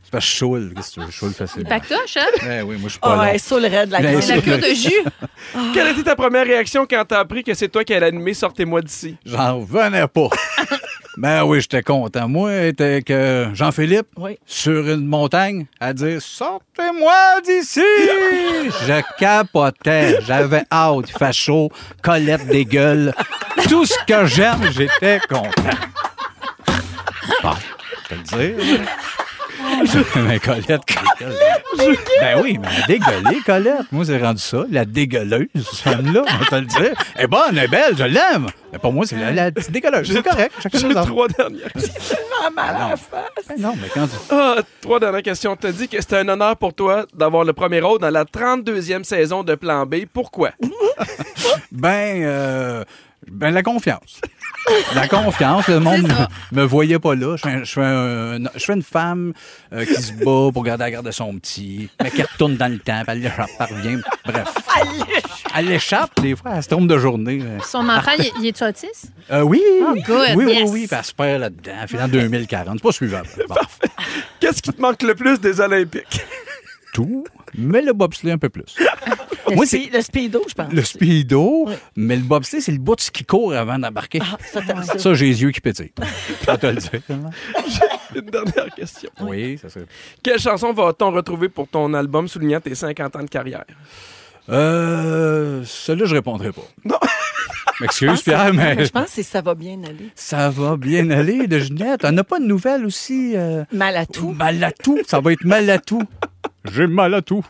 E: C'est parce que je choule, qu'est-ce que tu veux, je choule facile.
D: Pactoche, hein?
E: Eh oui, moi, je suis pas
B: Ah,
E: là.
B: ouais, sur le raid, la
E: Ben,
B: gueule.
E: sur le- La queue de jus.
C: Quelle était ta première réaction quand t'as appris que c'est toi qui allais animer Sortez-moi d'ici?
E: J'en revenais pas. ben oui, j'étais content. Moi, j'étais avec euh, Jean-Philippe sur une montagne à dire Sortez-moi d'ici! Je capotais. J'avais hâte. Il fait chaud. Colette des gueules. Tout ce que j'aime, j'étais content. Bon, je vais te le dire. mais Colette,
C: Ah,
E: Colette. Ben oui, mais elle a dégueulé, Colette. Moi, j'ai rendu ça, la dégueuleuse, cette femme-là, on va te le dire. Elle est bonne, elle est belle, je l'aime. Mais pour moi, c'est la, la petite dégueuleuse. C'est correct. Chacun ses
C: J'ai
E: affaires. Ben
C: trois dernières.
B: Tellement mal à la face.
E: Non, mais quand tu-
C: Ah, trois dernières questions. T'as dit que c'était un honneur pour toi d'avoir le premier rôle dans la 32e saison de Plan B. Pourquoi?
E: Ben, euh, ben la confiance. La confiance, le monde me, me voyait pas là. Je suis un- je suis un- je suis une femme euh, qui se bat pour garder la garde de son petit, mais qui retourne dans le temps, puis elle l'échappe, parvient. Bref, elle l'échappe des fois, elle se trompe de journée.
D: Son enfant, il, il est autiste?
E: Euh, oui,
B: Ah,
D: Oh,
E: oui,
D: good,
E: oui,
D: yes.
E: oui, oui, puis elle se perd là-dedans, puis en 2040, c'est pas suivable. Bon,
C: Qu'est-ce qui te manque le plus des Olympiques?
E: tout, mais le bobsleigh un peu plus.
B: Le,
E: Moi,
B: spi- le speedo, je pense.
E: Le speedo, mais le bobsleigh, c'est le bout de ce qui court avant d'embarquer.
B: Ah,
E: Ah,
B: ça, t'aimes ça.
E: ça, j'ai les yeux qui pétillent. Je vais te le dire.
C: Une dernière question.
E: Oui, ça serait...
C: Quelle chanson va-t-on retrouver pour ton album soulignant tes 50 ans de carrière?
E: Euh, Celle-là, je répondrai pas. Non.
B: Je
E: M'excuse,
B: pense que-
E: Pierre, mais
B: Je pense que c'est ça va bien aller.
E: ça va bien aller de Ginette. On n'a pas de nouvelles aussi. euh,
B: Mal à tout.
E: Mal à tout. Ça va être mal à tout. J'ai mal à tout.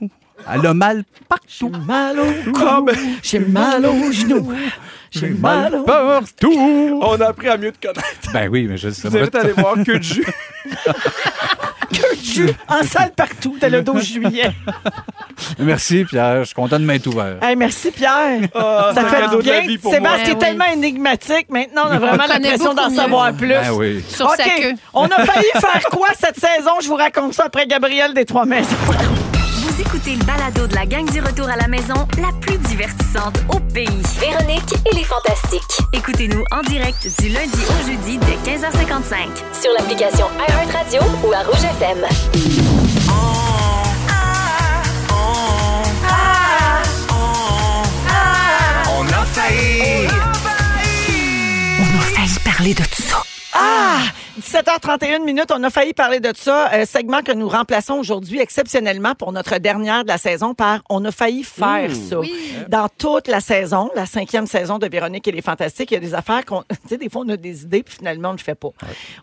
E: Elle a mal partout.
B: Mal au cou. J'ai mal aux genoux. J'ai mal au...
E: partout.
C: On a appris à mieux te connaître.
E: Ben oui, mais je sais
C: Je vous invite à aller voir Que de jus.
B: Que de jus en salle partout dès le 12 juillet.
E: Merci, Pierre. Je suis content de m'être ouvert.
B: Hey, merci, Pierre.
C: Ah,
B: ça
C: c'est
B: fait
C: un
B: du
C: cadeau de la
B: bien.
C: vie pour
B: Sébastien est
C: moi. Ben oui.
B: tellement énigmatique. Maintenant, on a vraiment
D: On connaît
B: l'impression d'en
D: beaucoup mieux.
B: savoir plus.
E: Ben oui.
D: Sur sa
B: OK.
D: queue.
B: On a failli faire quoi cette saison? Je vous raconte ça après Gabriel des Trois Maisons.
A: Vous écoutez le balado de la gang du retour à la maison, la plus divertissante au pays.
G: Véronique et les Fantastiques.
A: Écoutez-nous en direct du lundi au jeudi dès 15h55.
G: Sur l'application iHeartRadio ou à Rouge FM.
F: On a failli.
A: On a failli parler de tout ça.
B: Ah! 17h31 minutes, on a failli parler de ça. Euh, segment que nous remplaçons aujourd'hui exceptionnellement pour notre dernière de la saison par On a failli faire
D: Ouh.
B: ça.
D: Oui.
B: Dans toute la saison, la cinquième saison de Véronique et les Fantastiques, il y a des affaires qu'on. Tu sais, des fois, on a des idées, puis finalement, on ne le fait pas.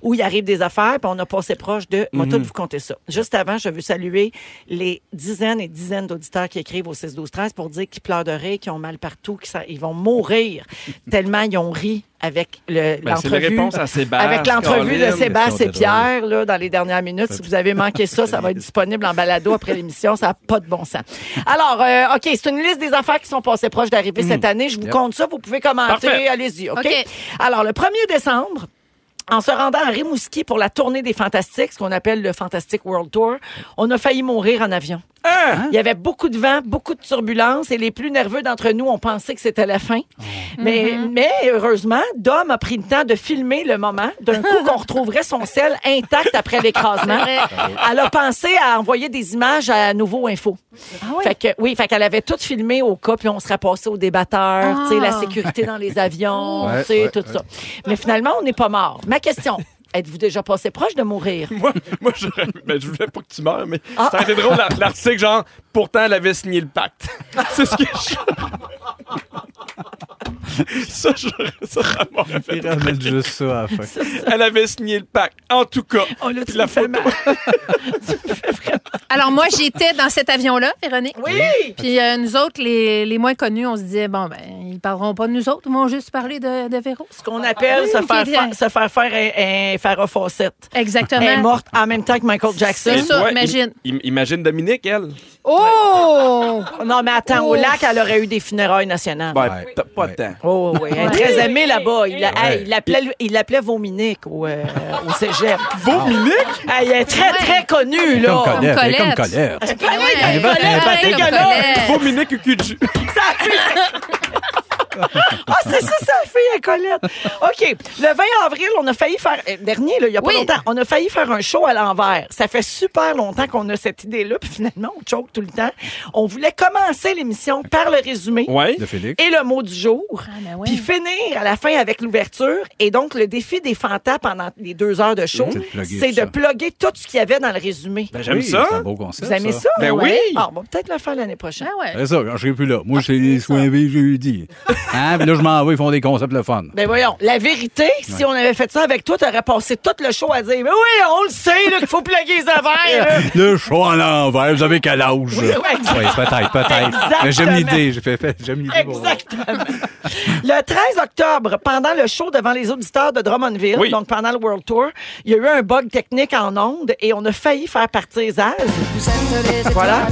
B: Ou il arrive des affaires, puis on a passé proche de. Moi, tout vous compter ça. Juste avant, je veux saluer les dizaines et dizaines d'auditeurs qui écrivent au 6 12 13 pour dire qu'ils pleurent de rire, qu'ils ont mal partout, qu'ils s'en- ils vont mourir tellement ils ont ri avec le-
C: Ben, c'est les
B: l'entrevue.
C: réponses à Sébastien,
B: Avec l'entrevue de
C: Caroline.
B: Sébastien et
E: Question de
B: Pierre là, dans les dernières minutes. Si vous avez manqué ça, ça va être disponible en balado après l'émission. Ça n'a pas de bon sens. Alors, euh, OK, c'est une liste des affaires qui sont passées proches d'arriver cette année. Je vous
D: Mm. Yep.
B: compte ça. Vous pouvez commenter.
D: Parfait.
B: Allez-y. OK?
D: OK.
B: Alors, le 1er décembre, en se rendant à Rimouski pour la tournée des Fantastiques, ce qu'on appelle le Fantastic World Tour, on a failli mourir en avion. Il y avait beaucoup de vent, beaucoup de turbulences et les plus nerveux d'entre nous ont pensé que c'était la fin.
D: Oh.
B: Mais,
D: Mm-hmm.
B: mais heureusement, Dom a pris le temps de filmer le moment d'un coup qu'on retrouverait son sel intact après l'écrasement.
D: C'est vrai.
B: Elle a pensé à envoyer des images à Nouveau Info.
D: Ah oui?
B: Fait que, oui, fait qu'elle avait tout filmé au cas, puis on serait passé aux débatteurs,
D: Ah. Oh.
B: tu sais, la sécurité dans les avions,
E: Ouais,
B: tu sais,
E: ouais,
B: tout ça. Mais finalement, on n'est pas mort. Ma question, Êtes-vous déjà passé proche de mourir?
C: moi, moi je, ben, je voulais pas que tu meurs, mais ça a été drôle, la- l'article, genre, pourtant, elle avait signé le pacte. C'est ce que je. ça, je. Ça, Ramon a fait
L: Il ramène juste ça à la fin.
C: Elle avait signé le pacte. En tout cas.
B: Oh,
C: Puis la photo-
D: Alors, moi, j'étais dans cet avion-là, Véronique.
B: Oui!
D: Puis euh, nous autres, les, les moins connus, on se disait, bon, ben, ils parleront pas de nous autres, ils vont juste parler de, de Véro. Ce
B: qu'on appelle se faire, fa- se faire faire un, un fer à faucette.
D: Exactement.
B: Elle est morte en même temps que Michael Jackson.
C: Et toi, im- imagine Dominique, elle.
D: Oh!
B: Non, mais attends, au
C: Ouf.
B: lac, elle aurait eu des funérailles nationales.
C: Ben, t'as pas de temps.
B: Oh, oui, elle est très aimée là-bas. Il, la-
C: Ouais.
B: hey, il l'appelait il l'appelait Vominique au, euh, au cégep.
C: Vominique?
B: Elle est très, très connue, là.
L: Comme Colette, elle est comme Colette.
B: Colette,
L: Elle est bonne, elle est
B: Colette,
L: bonne. Euh,
B: dégueulasse.
C: Vominique au cul de jus.
B: Ah, c'est ça, ça, la fille à Colette. OK. Le 20 avril, on a failli faire. euh, Dernier, là, il n'y a pas longtemps, on a failli faire un show à l'envers. Ça fait super longtemps qu'on a cette idée-là, puis finalement, on choke tout le temps. On voulait commencer l'émission par le résumé
L: De Félix.
B: et le mot du jour, puis finir à la fin avec l'ouverture. Et donc, le défi des fantas pendant les deux heures de show,
L: C'est de plugger
B: c'est
L: ça.
B: de plugger tout ce qu'il y avait dans le résumé.
L: Ben, j'aime Oui, ça. c'est un beau concept,
B: Vous aimez
L: ça.
B: ça?
L: Ben
B: ouais?
L: oui.
B: Ah, on va peut-être le faire l'année
D: Ben
B: prochaine.
L: C'est ça, quand je serai plus là.
B: Ah,
L: Moi, j'ai les soins vifs, j'ai eu dit. Hein? Puis là, je m'en vais, ils font des concepts le fun.
B: Ben voyons, la vérité, si on avait fait ça avec toi, t'aurais passé tout le show à dire Mais oui, on le sait là, qu'il faut plugger les affaires. là.
L: Le show à l'envers, vous avez quel âge?
B: Oui, ouais, exact-
L: Oui, peut-être, peut-être. Mais j'aime
B: Exactement.
L: l'idée, j'ai fait- fait- j'aime l'idée. pour vrai.
B: Exactement. Le 13 octobre, pendant le show devant les auditeurs de Drummondville,
L: Oui.
B: donc pendant le World Tour, il y a eu un bug technique en onde et on a failli faire partir Zaz. Voilà.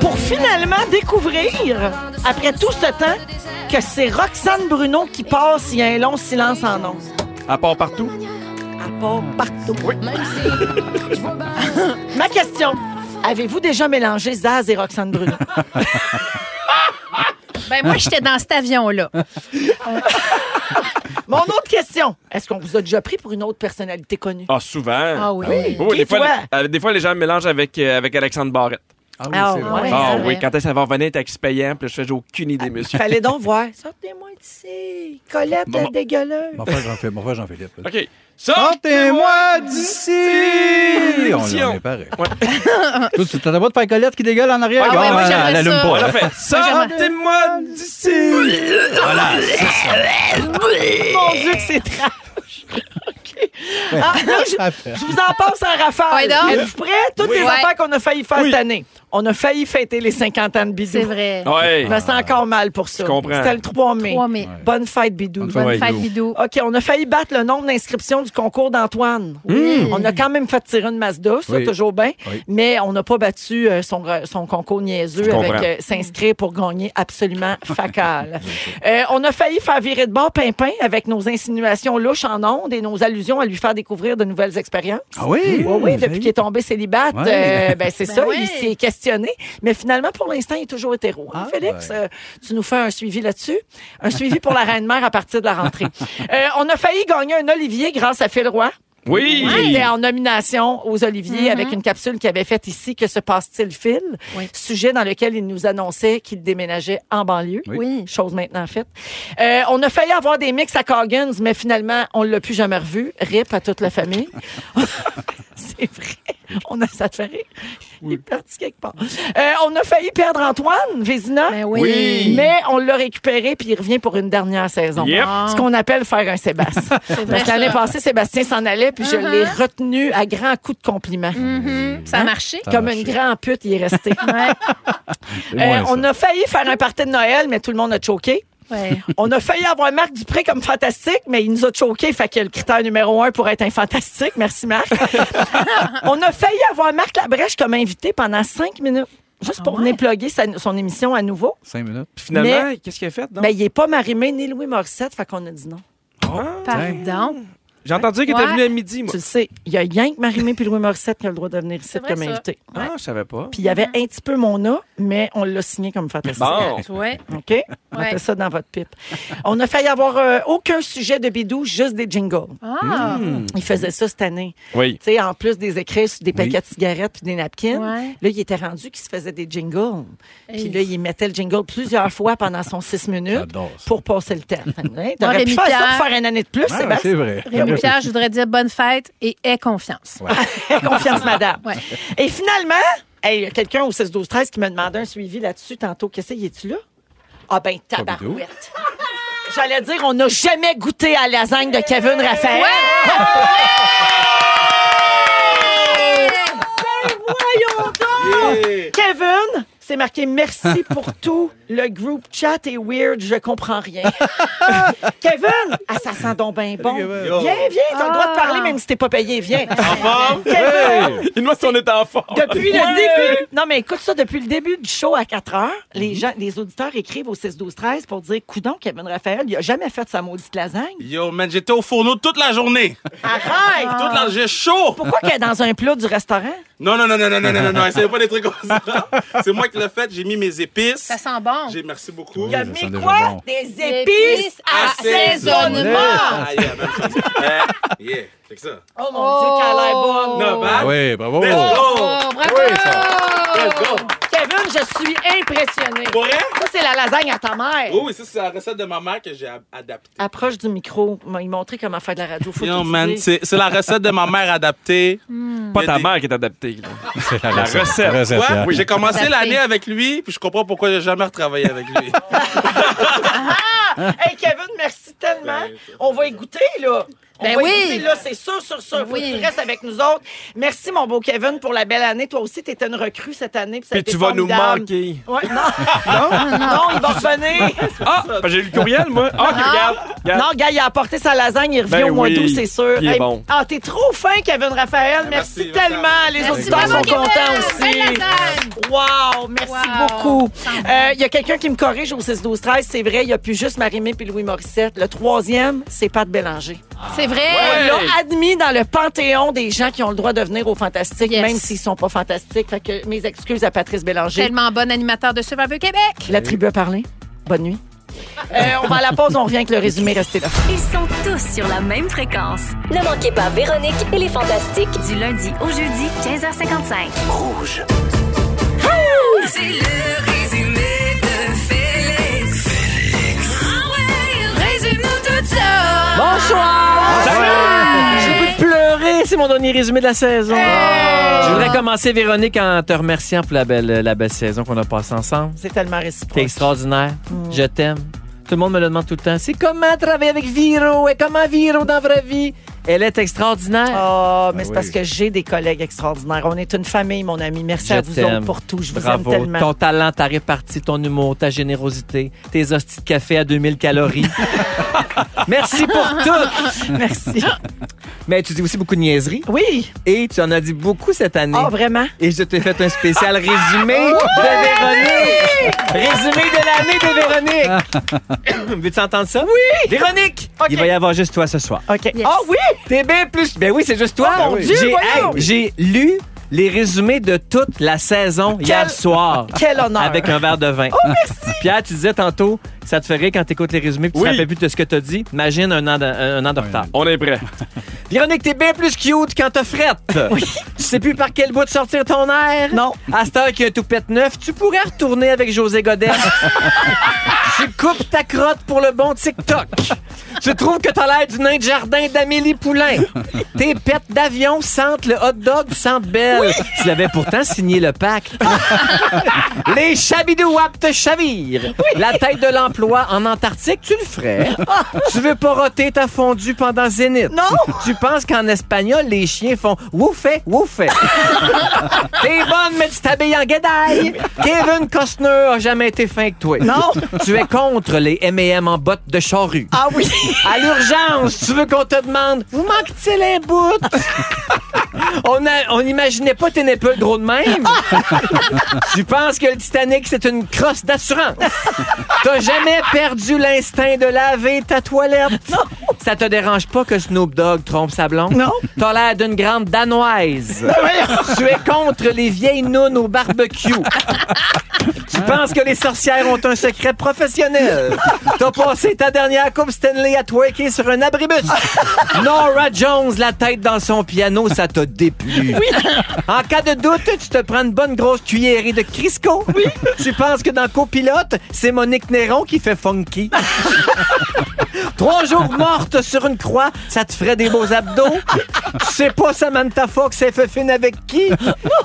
B: Pour finalement découvrir, après tout ce temps, que c'est Roxane Bruno qui passe, il y a un long silence en onde.
C: À part partout.
B: À part partout. Ma question. Avez-vous déjà mélangé Zaz et Roxane Bruno?
D: Ben, moi, j'étais dans cet avion-là.
B: Mon autre question. Est-ce qu'on vous a déjà pris pour une autre personnalité connue?
C: Ah, souvent.
B: Ah oui. Oui.
C: Oh,
B: Qui,
C: des, fois,
B: toi?
C: les, euh, des fois, les gens me mélangent avec, euh, avec Alexandre Barrette. Ah
B: oui, Ah c'est vrai. ouais,
C: Ah
B: c'est
C: oui,
B: vrai.
C: quand est-ce qu'elle va revenir, taxi payant, puis là, je fais, j'ai aucune idée, monsieur.
B: Fallait donc voir. Sortez-moi d'ici. Colette
C: Ah. Bon.
B: est dégueuleuse.
L: Mon frère Jean-Philippe. Mon frère Jean-Philippe.
C: OK. Sortez-moi d'ici!
L: On
C: Sion.
L: l'a- on est pareil. Toi, tu t'attends pas de faire Colette qui dégueule en arrière?
C: Ah ouais,
L: Bon,
C: moi,
L: elle-
C: j'aimerais
L: elle allume
C: ça.
L: pas,
C: On l'a
L: hein.
C: fait. Sortez-moi d'ici!
L: Voilà, c'est
B: Mon Dieu, que c'est trash. OK. Ah, là, je, je vous en passe en
D: Ouais,
B: rafale.
D: donc.
B: Êtes-vous prêts? Toutes
D: Oui.
B: les
D: Ouais.
B: affaires qu'on a failli faire cette année. On a failli fêter les 50 ans de Bidou. C'est
D: vrai.
C: Ouais.
B: Je me sens encore mal pour ça.
C: Je comprends.
B: C'était le 3 mai.
D: 3 mai.
B: Bonne fête, Bidou.
C: Bonne Bonne fête, fête,
D: Bidou.
B: OK, on a failli battre le nombre d'inscriptions du concours d'Antoine.
L: Hmm.
D: Oui.
B: On a quand même fait tirer une Mazda, ça,
D: Oui.
B: toujours bien.
D: Oui.
B: Mais on n'a pas battu euh, son, re- son concours niaiseux
D: Je
B: avec
D: comprends.
B: euh, s'inscrire pour gagner absolument facal. Euh, on a failli faire virer de bord Pimpin avec nos insinuations louches en ondes et nos allusions à lui faire découvrir de nouvelles expériences.
L: Ah oui?
B: Oui,
L: Vous avez-
B: oui, depuis qu'il est tombé célibataire,
L: Ouais.
B: ben c'est
L: Ben
B: ça,
L: oui.
B: il s'est questionné. Mais finalement, pour l'instant, il est toujours hétéro. hein, Félix, Euh, tu nous fais un suivi là-dessus? Un suivi pour la Reine-Mère à partir de la rentrée. Euh, on a failli gagner un Olivier grâce à Phil Roy.
C: Oui.
B: Il était en nomination aux Oliviers
D: Mm-hmm.
B: avec une capsule qu'il avait faite ici, Que se passe-t-il, Phil? Sujet dans lequel il nous annonçait qu'il déménageait en banlieue.
D: Oui.
B: Chose maintenant faite. Euh, on a failli avoir des mix à Coggins, mais finalement, on ne l'a plus jamais revu. RIP à toute la famille. C'est vrai. On a ça te fait rire. Il est parti quelque part. Euh, on a failli perdre Antoine Vézina.
D: Ben oui. Oui.
B: Mais on l'a récupéré puis il revient pour une dernière saison.
D: Yep.
B: Ce qu'on appelle faire un Sébastien.
D: vrai,
B: Parce que l'année
D: ça.
B: passée, Sébastien s'en allait puis je
D: Uh-huh.
B: l'ai retenu à grands coups de compliments.
C: Mm.
D: Mhm. Ça
B: Hein?
D: a marché.
B: Comme une grande pute, il est resté.
D: C'est
B: Euh,
D: moins ça.
B: on a failli faire un party de Noël, mais tout le monde a choqué.
D: Ouais.
B: On a failli avoir Marc Dupré comme fantastique, mais il nous a choqué. Fait que le critère numéro un pour être un fantastique. Merci, Marc. on a failli avoir Marc Labrèche comme invité pendant cinq minutes. Juste
C: Ah
B: pour venir plugger sa- son émission à nouveau.
L: Cinq minutes.
C: Finalement, qu'est-ce qu'il a fait? donc?
B: Ben, il n'est pas Marimé ni Louis Morissette, fait qu'on a dit non.
D: Pardon?
C: J'ai entendu qu'il était
B: Ouais.
C: venu à midi, moi.
B: Tu le sais, il y a rien que Marimé puis Louis Morissette qui a le droit de venir ici
C: vrai,
B: comme
C: ça.
B: invité.
C: Ah, je savais pas.
B: Puis il y avait
D: Mm-hmm.
B: un petit peu Mona, mais on l'a signé comme fantastique.
C: Bon.
D: Ouais.
B: OK? Mettez ça dans votre pipe. On a failli avoir euh, aucun sujet de bidou, juste des jingles.
D: Ah.
C: Mm.
B: Il faisait ça cette année.
C: Oui.
B: Tu sais, en plus des écrits sur des paquets de cigarettes puis des napkins,
D: Ouais.
B: là, il était rendu qu'il se faisait des jingles. Puis
D: Hey.
B: là, il mettait le jingle plusieurs fois pendant son six minutes pour passer le temps. Hein? T'aurais
D: Rémi
B: pu faire ça
D: Pierre.
B: pour faire une année de plus,
D: Ah,
B: Sébastien.
D: c'est vrai.
B: Ben
D: Rémi Pierre, je voudrais dire bonne fête et aie confiance.
B: Confiance, madame.
D: Ouais.
B: Et finalement, hey, il y a quelqu'un au 16-12-13 qui me demandait un suivi là-dessus tantôt. Qu'est-ce que tu là? Ah ben, tabarouette. J'allais dire, on n'a jamais goûté à la lasagne de Kevin Raphaël. Ben voyons donc! Kevin, c'est marqué merci pour tout. Le groupe chat est weird, je comprends rien. Kevin, ah, ça sent donc bien bon. Viens, viens, t'as le droit de parler même si t'es pas payé, viens.
C: En forme?
B: Kevin!
C: Hey! Il nous dit on est en forme.
B: Depuis
C: Ouais!
B: le début. Mm-hmm. Non, mais écoute ça, depuis le début du show à 4 heures, les gens, les auditeurs écrivent au 6-12-13 pour dire Coudon, Kevin Raphaël, il a jamais fait sa maudite lasagne.
P: Yo, man, j'étais au fourneau toute la journée.
B: Arrête!
P: Toute la... J'ai chaud.
B: Pourquoi qu'elle est dans un plat du restaurant?
P: Non, non, non, non, non, non, non, non, non, essayez pas des trucs comme ça. C'est moi qui l'ai fait, j'ai mis mes épices.
D: Ça sent bon.
P: J'ai, merci beaucoup.
B: Il a mis quoi? Des épices
P: assaisonnées.
B: assaisonnement!
P: Ah, yeah, même chose. Euh, yeah, c'est que ça. Oh,
B: Oh mon Dieu, qu'elle a l'air bonne!
P: Non,
L: Ah oui, bravo.
P: Let's
B: Oh,
P: go.
D: Oh, bravo!
B: Kevin, je suis impressionnée.
P: Pour vrai?
B: Ça, c'est la lasagne à ta mère.
Q: Oh,
P: Oui, oui, ça, c'est la recette de ma mère que j'ai a- adaptée.
B: Approche du micro, il montrer comment faire de la radio. Faut
P: Yo,
B: tout
P: man,
B: dire.
P: c'est c'est la recette de ma mère adaptée.
C: Pas ta mère qui est adaptée. là.
L: C'est
C: La recette.
P: Ouais,
C: Oui.
P: J'ai commencé
B: Adaptée.
P: l'année avec lui, puis je comprends pourquoi j'ai jamais retravaillé avec lui.
B: Ah! hey, Kevin, merci tellement.
C: Ben,
B: On va y goûter, là. On
D: Ben
B: va y
D: oui.
B: goûter, là, c'est sûr, sûr, sûr. Faut
D: Oui.
B: que tu restes avec nous autres. Merci, mon beau Kevin, pour la belle année. Toi aussi, t'étais une recrue cette année. ça a
C: Puis
B: été
C: tu vas nous
B: formidable.
C: manquer.
B: Ouais, non. non? il va revenir.
C: Ah, ben, j'ai eu le courriel, moi. Ah,
B: Ah.
C: regarde. regarde.
B: Non, gars, il a apporté sa lasagne, il revient
C: Ben
B: au mois
C: oui.
B: d'août, c'est sûr.
C: Puis il est bon. Ben,
B: Ah, t'es trop fin, Kevin Raphaël. Merci,
P: merci,
B: tellement.
P: madame.
B: Les
P: Merci
B: auditeurs
D: vraiment,
B: sont
D: Kevin.
B: contents
D: Belle lasagne.
B: aussi. Wow, merci
D: Wow.
B: beaucoup. Euh, Il y a quelqu'un qui me corrige au 6 12 13 c'est vrai, il n'y a plus juste Marimé puis Louis Morissette. Le troisième, c'est Pat Bélanger.
D: C'est vrai.
B: On l'a admis dans le panthéon des gens qui ont le droit de venir au Fantastique,
D: Yes.
B: même s'ils sont pas fantastiques. Fait que mes excuses à Patrice Bélanger.
D: Tellement bon animateur de Survivor Québec.
B: La tribu a parlé. Bonne nuit. Euh, on va à la pause, on revient avec le résumé. Restez là.
A: Ils sont tous sur la même fréquence.
G: Ne manquez pas Véronique et les Fantastiques.
A: Du lundi au jeudi, 15h55.
F: Rouge. C'est le résumé de Félix. Félix. Ah ouais, résume-nous tout ça.
Q: Bonsoir! J'ai le goût de pleurer, c'est mon dernier résumé de la saison. Je voudrais commencer, Véronique, en te remerciant pour la belle, euh, la belle saison qu'on a passée ensemble.
B: C'est tellement
Q: T'es
B: réciproque.
Q: extraordinaire. Je t'aime. Tout le monde me le demande tout le temps. C'est comment travailler avec Viro et comment Viro dans la vraie vie. Elle est extraordinaire.
B: Ah, mais c'est
Q: oui.
B: parce que j'ai des collègues extraordinaires. On est une famille, mon ami. Merci
Q: Je
B: à vous
Q: t'aime.
B: autres pour tout. Je vous
Q: Bravo.
B: aime tellement.
Q: Ton talent, ta répartie, ton humour, ta générosité, tes hosties de café à 2000 calories. Merci pour tout.
B: Merci.
Q: Mais tu dis aussi beaucoup de niaiseries.
B: Oui.
Q: Et tu en as dit beaucoup cette année.
B: Ah, vraiment?
Q: Et je t'ai fait un spécial résumé de Véronique. Résumé de l'année de
L: Ah.
Q: Véronique. Veux-tu entendre ça? Oui. Véronique, il va y avoir juste toi ce soir.
B: OK. Ah oui!
Q: T'es bien plus. Ben oui, c'est juste toi.
B: Oh, mon Dieu,
Q: J'ai-
B: voyons.
Q: J'ai lu les résumés de toute la saison hier soir.
B: Quel honneur.
Q: Avec un verre de vin.
B: Oh, merci!
Q: Pierre, tu disais tantôt, ça te ferait quand t'écoutes les résumés puis tu
C: Oui.
Q: te rappelles plus de ce que t'as dit. Imagine un an de, un an de retard.
C: On est prêt.
Q: Véronique, t'es bien plus cute quand t'as frette. Tu sais plus par quel bout de sortir ton air.
B: Non.
Q: À cette heure qu'il y a un toupette neuf, tu pourrais retourner avec José Godet. tu coupes ta crotte pour le bon TikTok. tu trouves que t'as l'air du nain de jardin d'Amélie Poulain. Tes pets d'avion sentent le hot dog du Centre Belle. Tu l'avais pourtant signé le pack. Les chabidouaps te chavirent. La tête de l'emploi en Antarctique, tu le ferais. tu veux pas roter ta fondue pendant Zénith.
B: Non.
Q: Tu penses qu'en espagnol, les chiens font woufé, woufé. T'es bonne, mais tu t'habilles en guédaille. Kevin Costner a jamais été fin que toi.
B: Non.
Q: Tu es contre les M&M en bottes de charrue.
B: Ah oui!
Q: À l'urgence, tu veux qu'on te demande Vous manque-t-il un bout On a- on n'imaginait pas tes népules gros de même. tu penses que le Titanic, c'est une crosse d'assurance. T'as jamais perdu l'instinct de laver ta toilette. Ça te dérange pas que Snoop Dogg trompe sa blonde?
B: Non.
Q: T'as l'air d'une grande danoise. tu es contre les vieilles nounes au barbecue. Tu penses que les sorcières ont un secret professionnel? T'as passé ta dernière Coupe Stanley à twerker sur un abribus. Nora Jones, la tête dans son piano, ça t'a déplu. En cas de doute, tu te prends une bonne grosse cuillerée de Crisco. Tu penses que dans Copilote, c'est Monique Néron qui fait funky. Trois jours morte sur une croix, ça te ferait des beaux abdos. tu sais pas Samantha Fox s'est fait fine avec qui.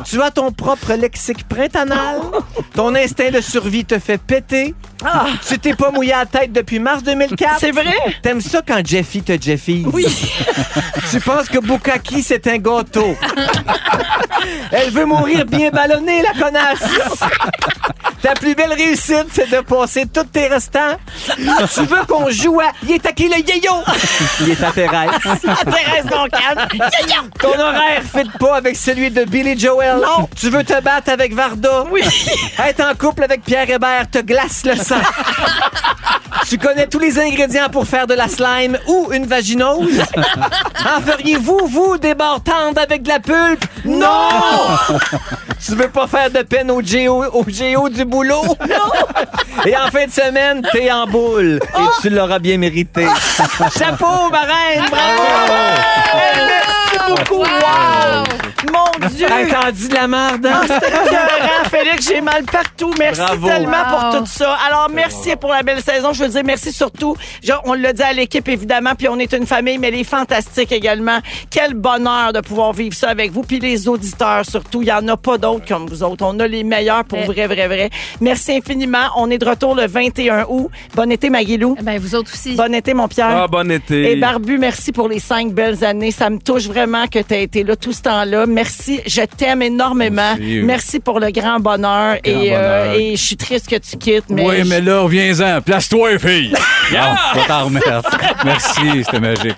Q: tu as ton propre lexique printannal. Ton instinct de survie te fait péter. Tu t'es pas mouillé à la tête depuis mars 2004.
B: Ah. C'est vrai?
Q: T'aimes ça quand Jeffy te Jeffy.
B: Oui.
Q: tu penses que Bukaki, c'est un gâteau. Elle veut mourir bien ballonnée, la connasse. Ta plus belle réussite, c'est de passer tous tes restants. Tu veux qu'on joue à Il est à qui le yo-yo? Il est à Thérèse.
B: À Thérèse Duncan. Yo-yo!
Q: Ton horaire fit pas avec celui de Billy Joel.
B: Non.
Q: Tu veux te battre avec Varda.
B: Oui.
Q: Être en couple avec Pierre Hébert te glace le sang. tu connais tous les ingrédients pour faire de la slime ou une vaginose. en feriez-vous, vous, des bords tendres avec de la pulpe? Non! tu veux pas faire de peine au géo, au géo du boulot? Non! Et en fin de semaine, t'es en boule.
B: Oh!
Q: Et tu l'auras bien mérité.
B: Ah,
Q: Chapeau, ma reine! Bravo!
B: Hey, merci beaucoup. Wow. Mon Dieu.
Q: Hey, t'en dis de la merde, hein?
B: Ah, C'était écœurant, Félix. J'ai mal partout. Merci
Q: Bravo.
B: tellement
D: Wow.
B: pour tout ça. Alors, merci pour la belle saison. Je veux dire merci surtout. Genre, on le dit à l'équipe, évidemment, puis on est une famille, mais les fantastiques également. Quel bonheur de pouvoir vivre ça avec vous. Puis les auditeurs, surtout. Il n'y en a pas d'autres comme vous autres. On a les meilleurs pour
D: Ouais.
B: vrai, vrai, vrai. Merci infiniment. On est de retour le 21 août. Bon été, Maguilou.
D: Eh Ben, vous autres aussi.
B: Bon été, mon Pierre.
C: Ah, bon été.
B: Et Eh, Barbu, merci pour les cinq belles années. Ça me touche vraiment que tu aies été là tout ce temps-là. Merci. Je t'aime énormément.
L: Merci.
B: Merci pour le grand bonheur.
L: Grand
B: et euh,
L: bonheur.
B: et je suis triste que tu quittes. Mais
L: Oui,
B: je-
L: mais là, reviens-en. Place-toi, fille. Non, je vais t'en remettre. Merci, c'était magique.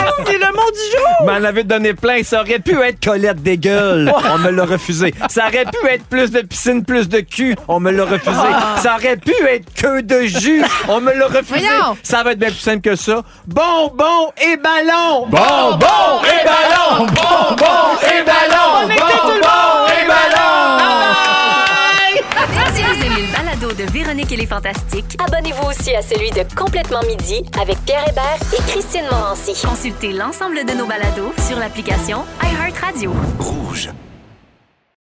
B: Merci, le mot du jour.
Q: On M'en avait donné plein. Ça aurait pu être Colette des gueules. On me l'a refusé. Ça aurait pu être plus de piscine, plus de cul. On me l'a refusé.
B: Ah.
Q: Ça aurait pu être que de jus. On me l'a refusé.
D: Voyons.
Q: Ça va être bien plus simple que ça. Bonbon et ballon.
L: Bon, bon et ballon!
Q: Bon, bon et ballon.
B: était tout le monde. Ah,
Q: et ballon.
A: Si vous aimez le balado de Véronique et les Fantastiques,
G: Abonnez-vous aussi à celui de Complètement Midi avec Pierre Hébert et Christine Morancy.
A: consultez l'ensemble de nos balados sur l'application iHeartRadio.
K: Rouge.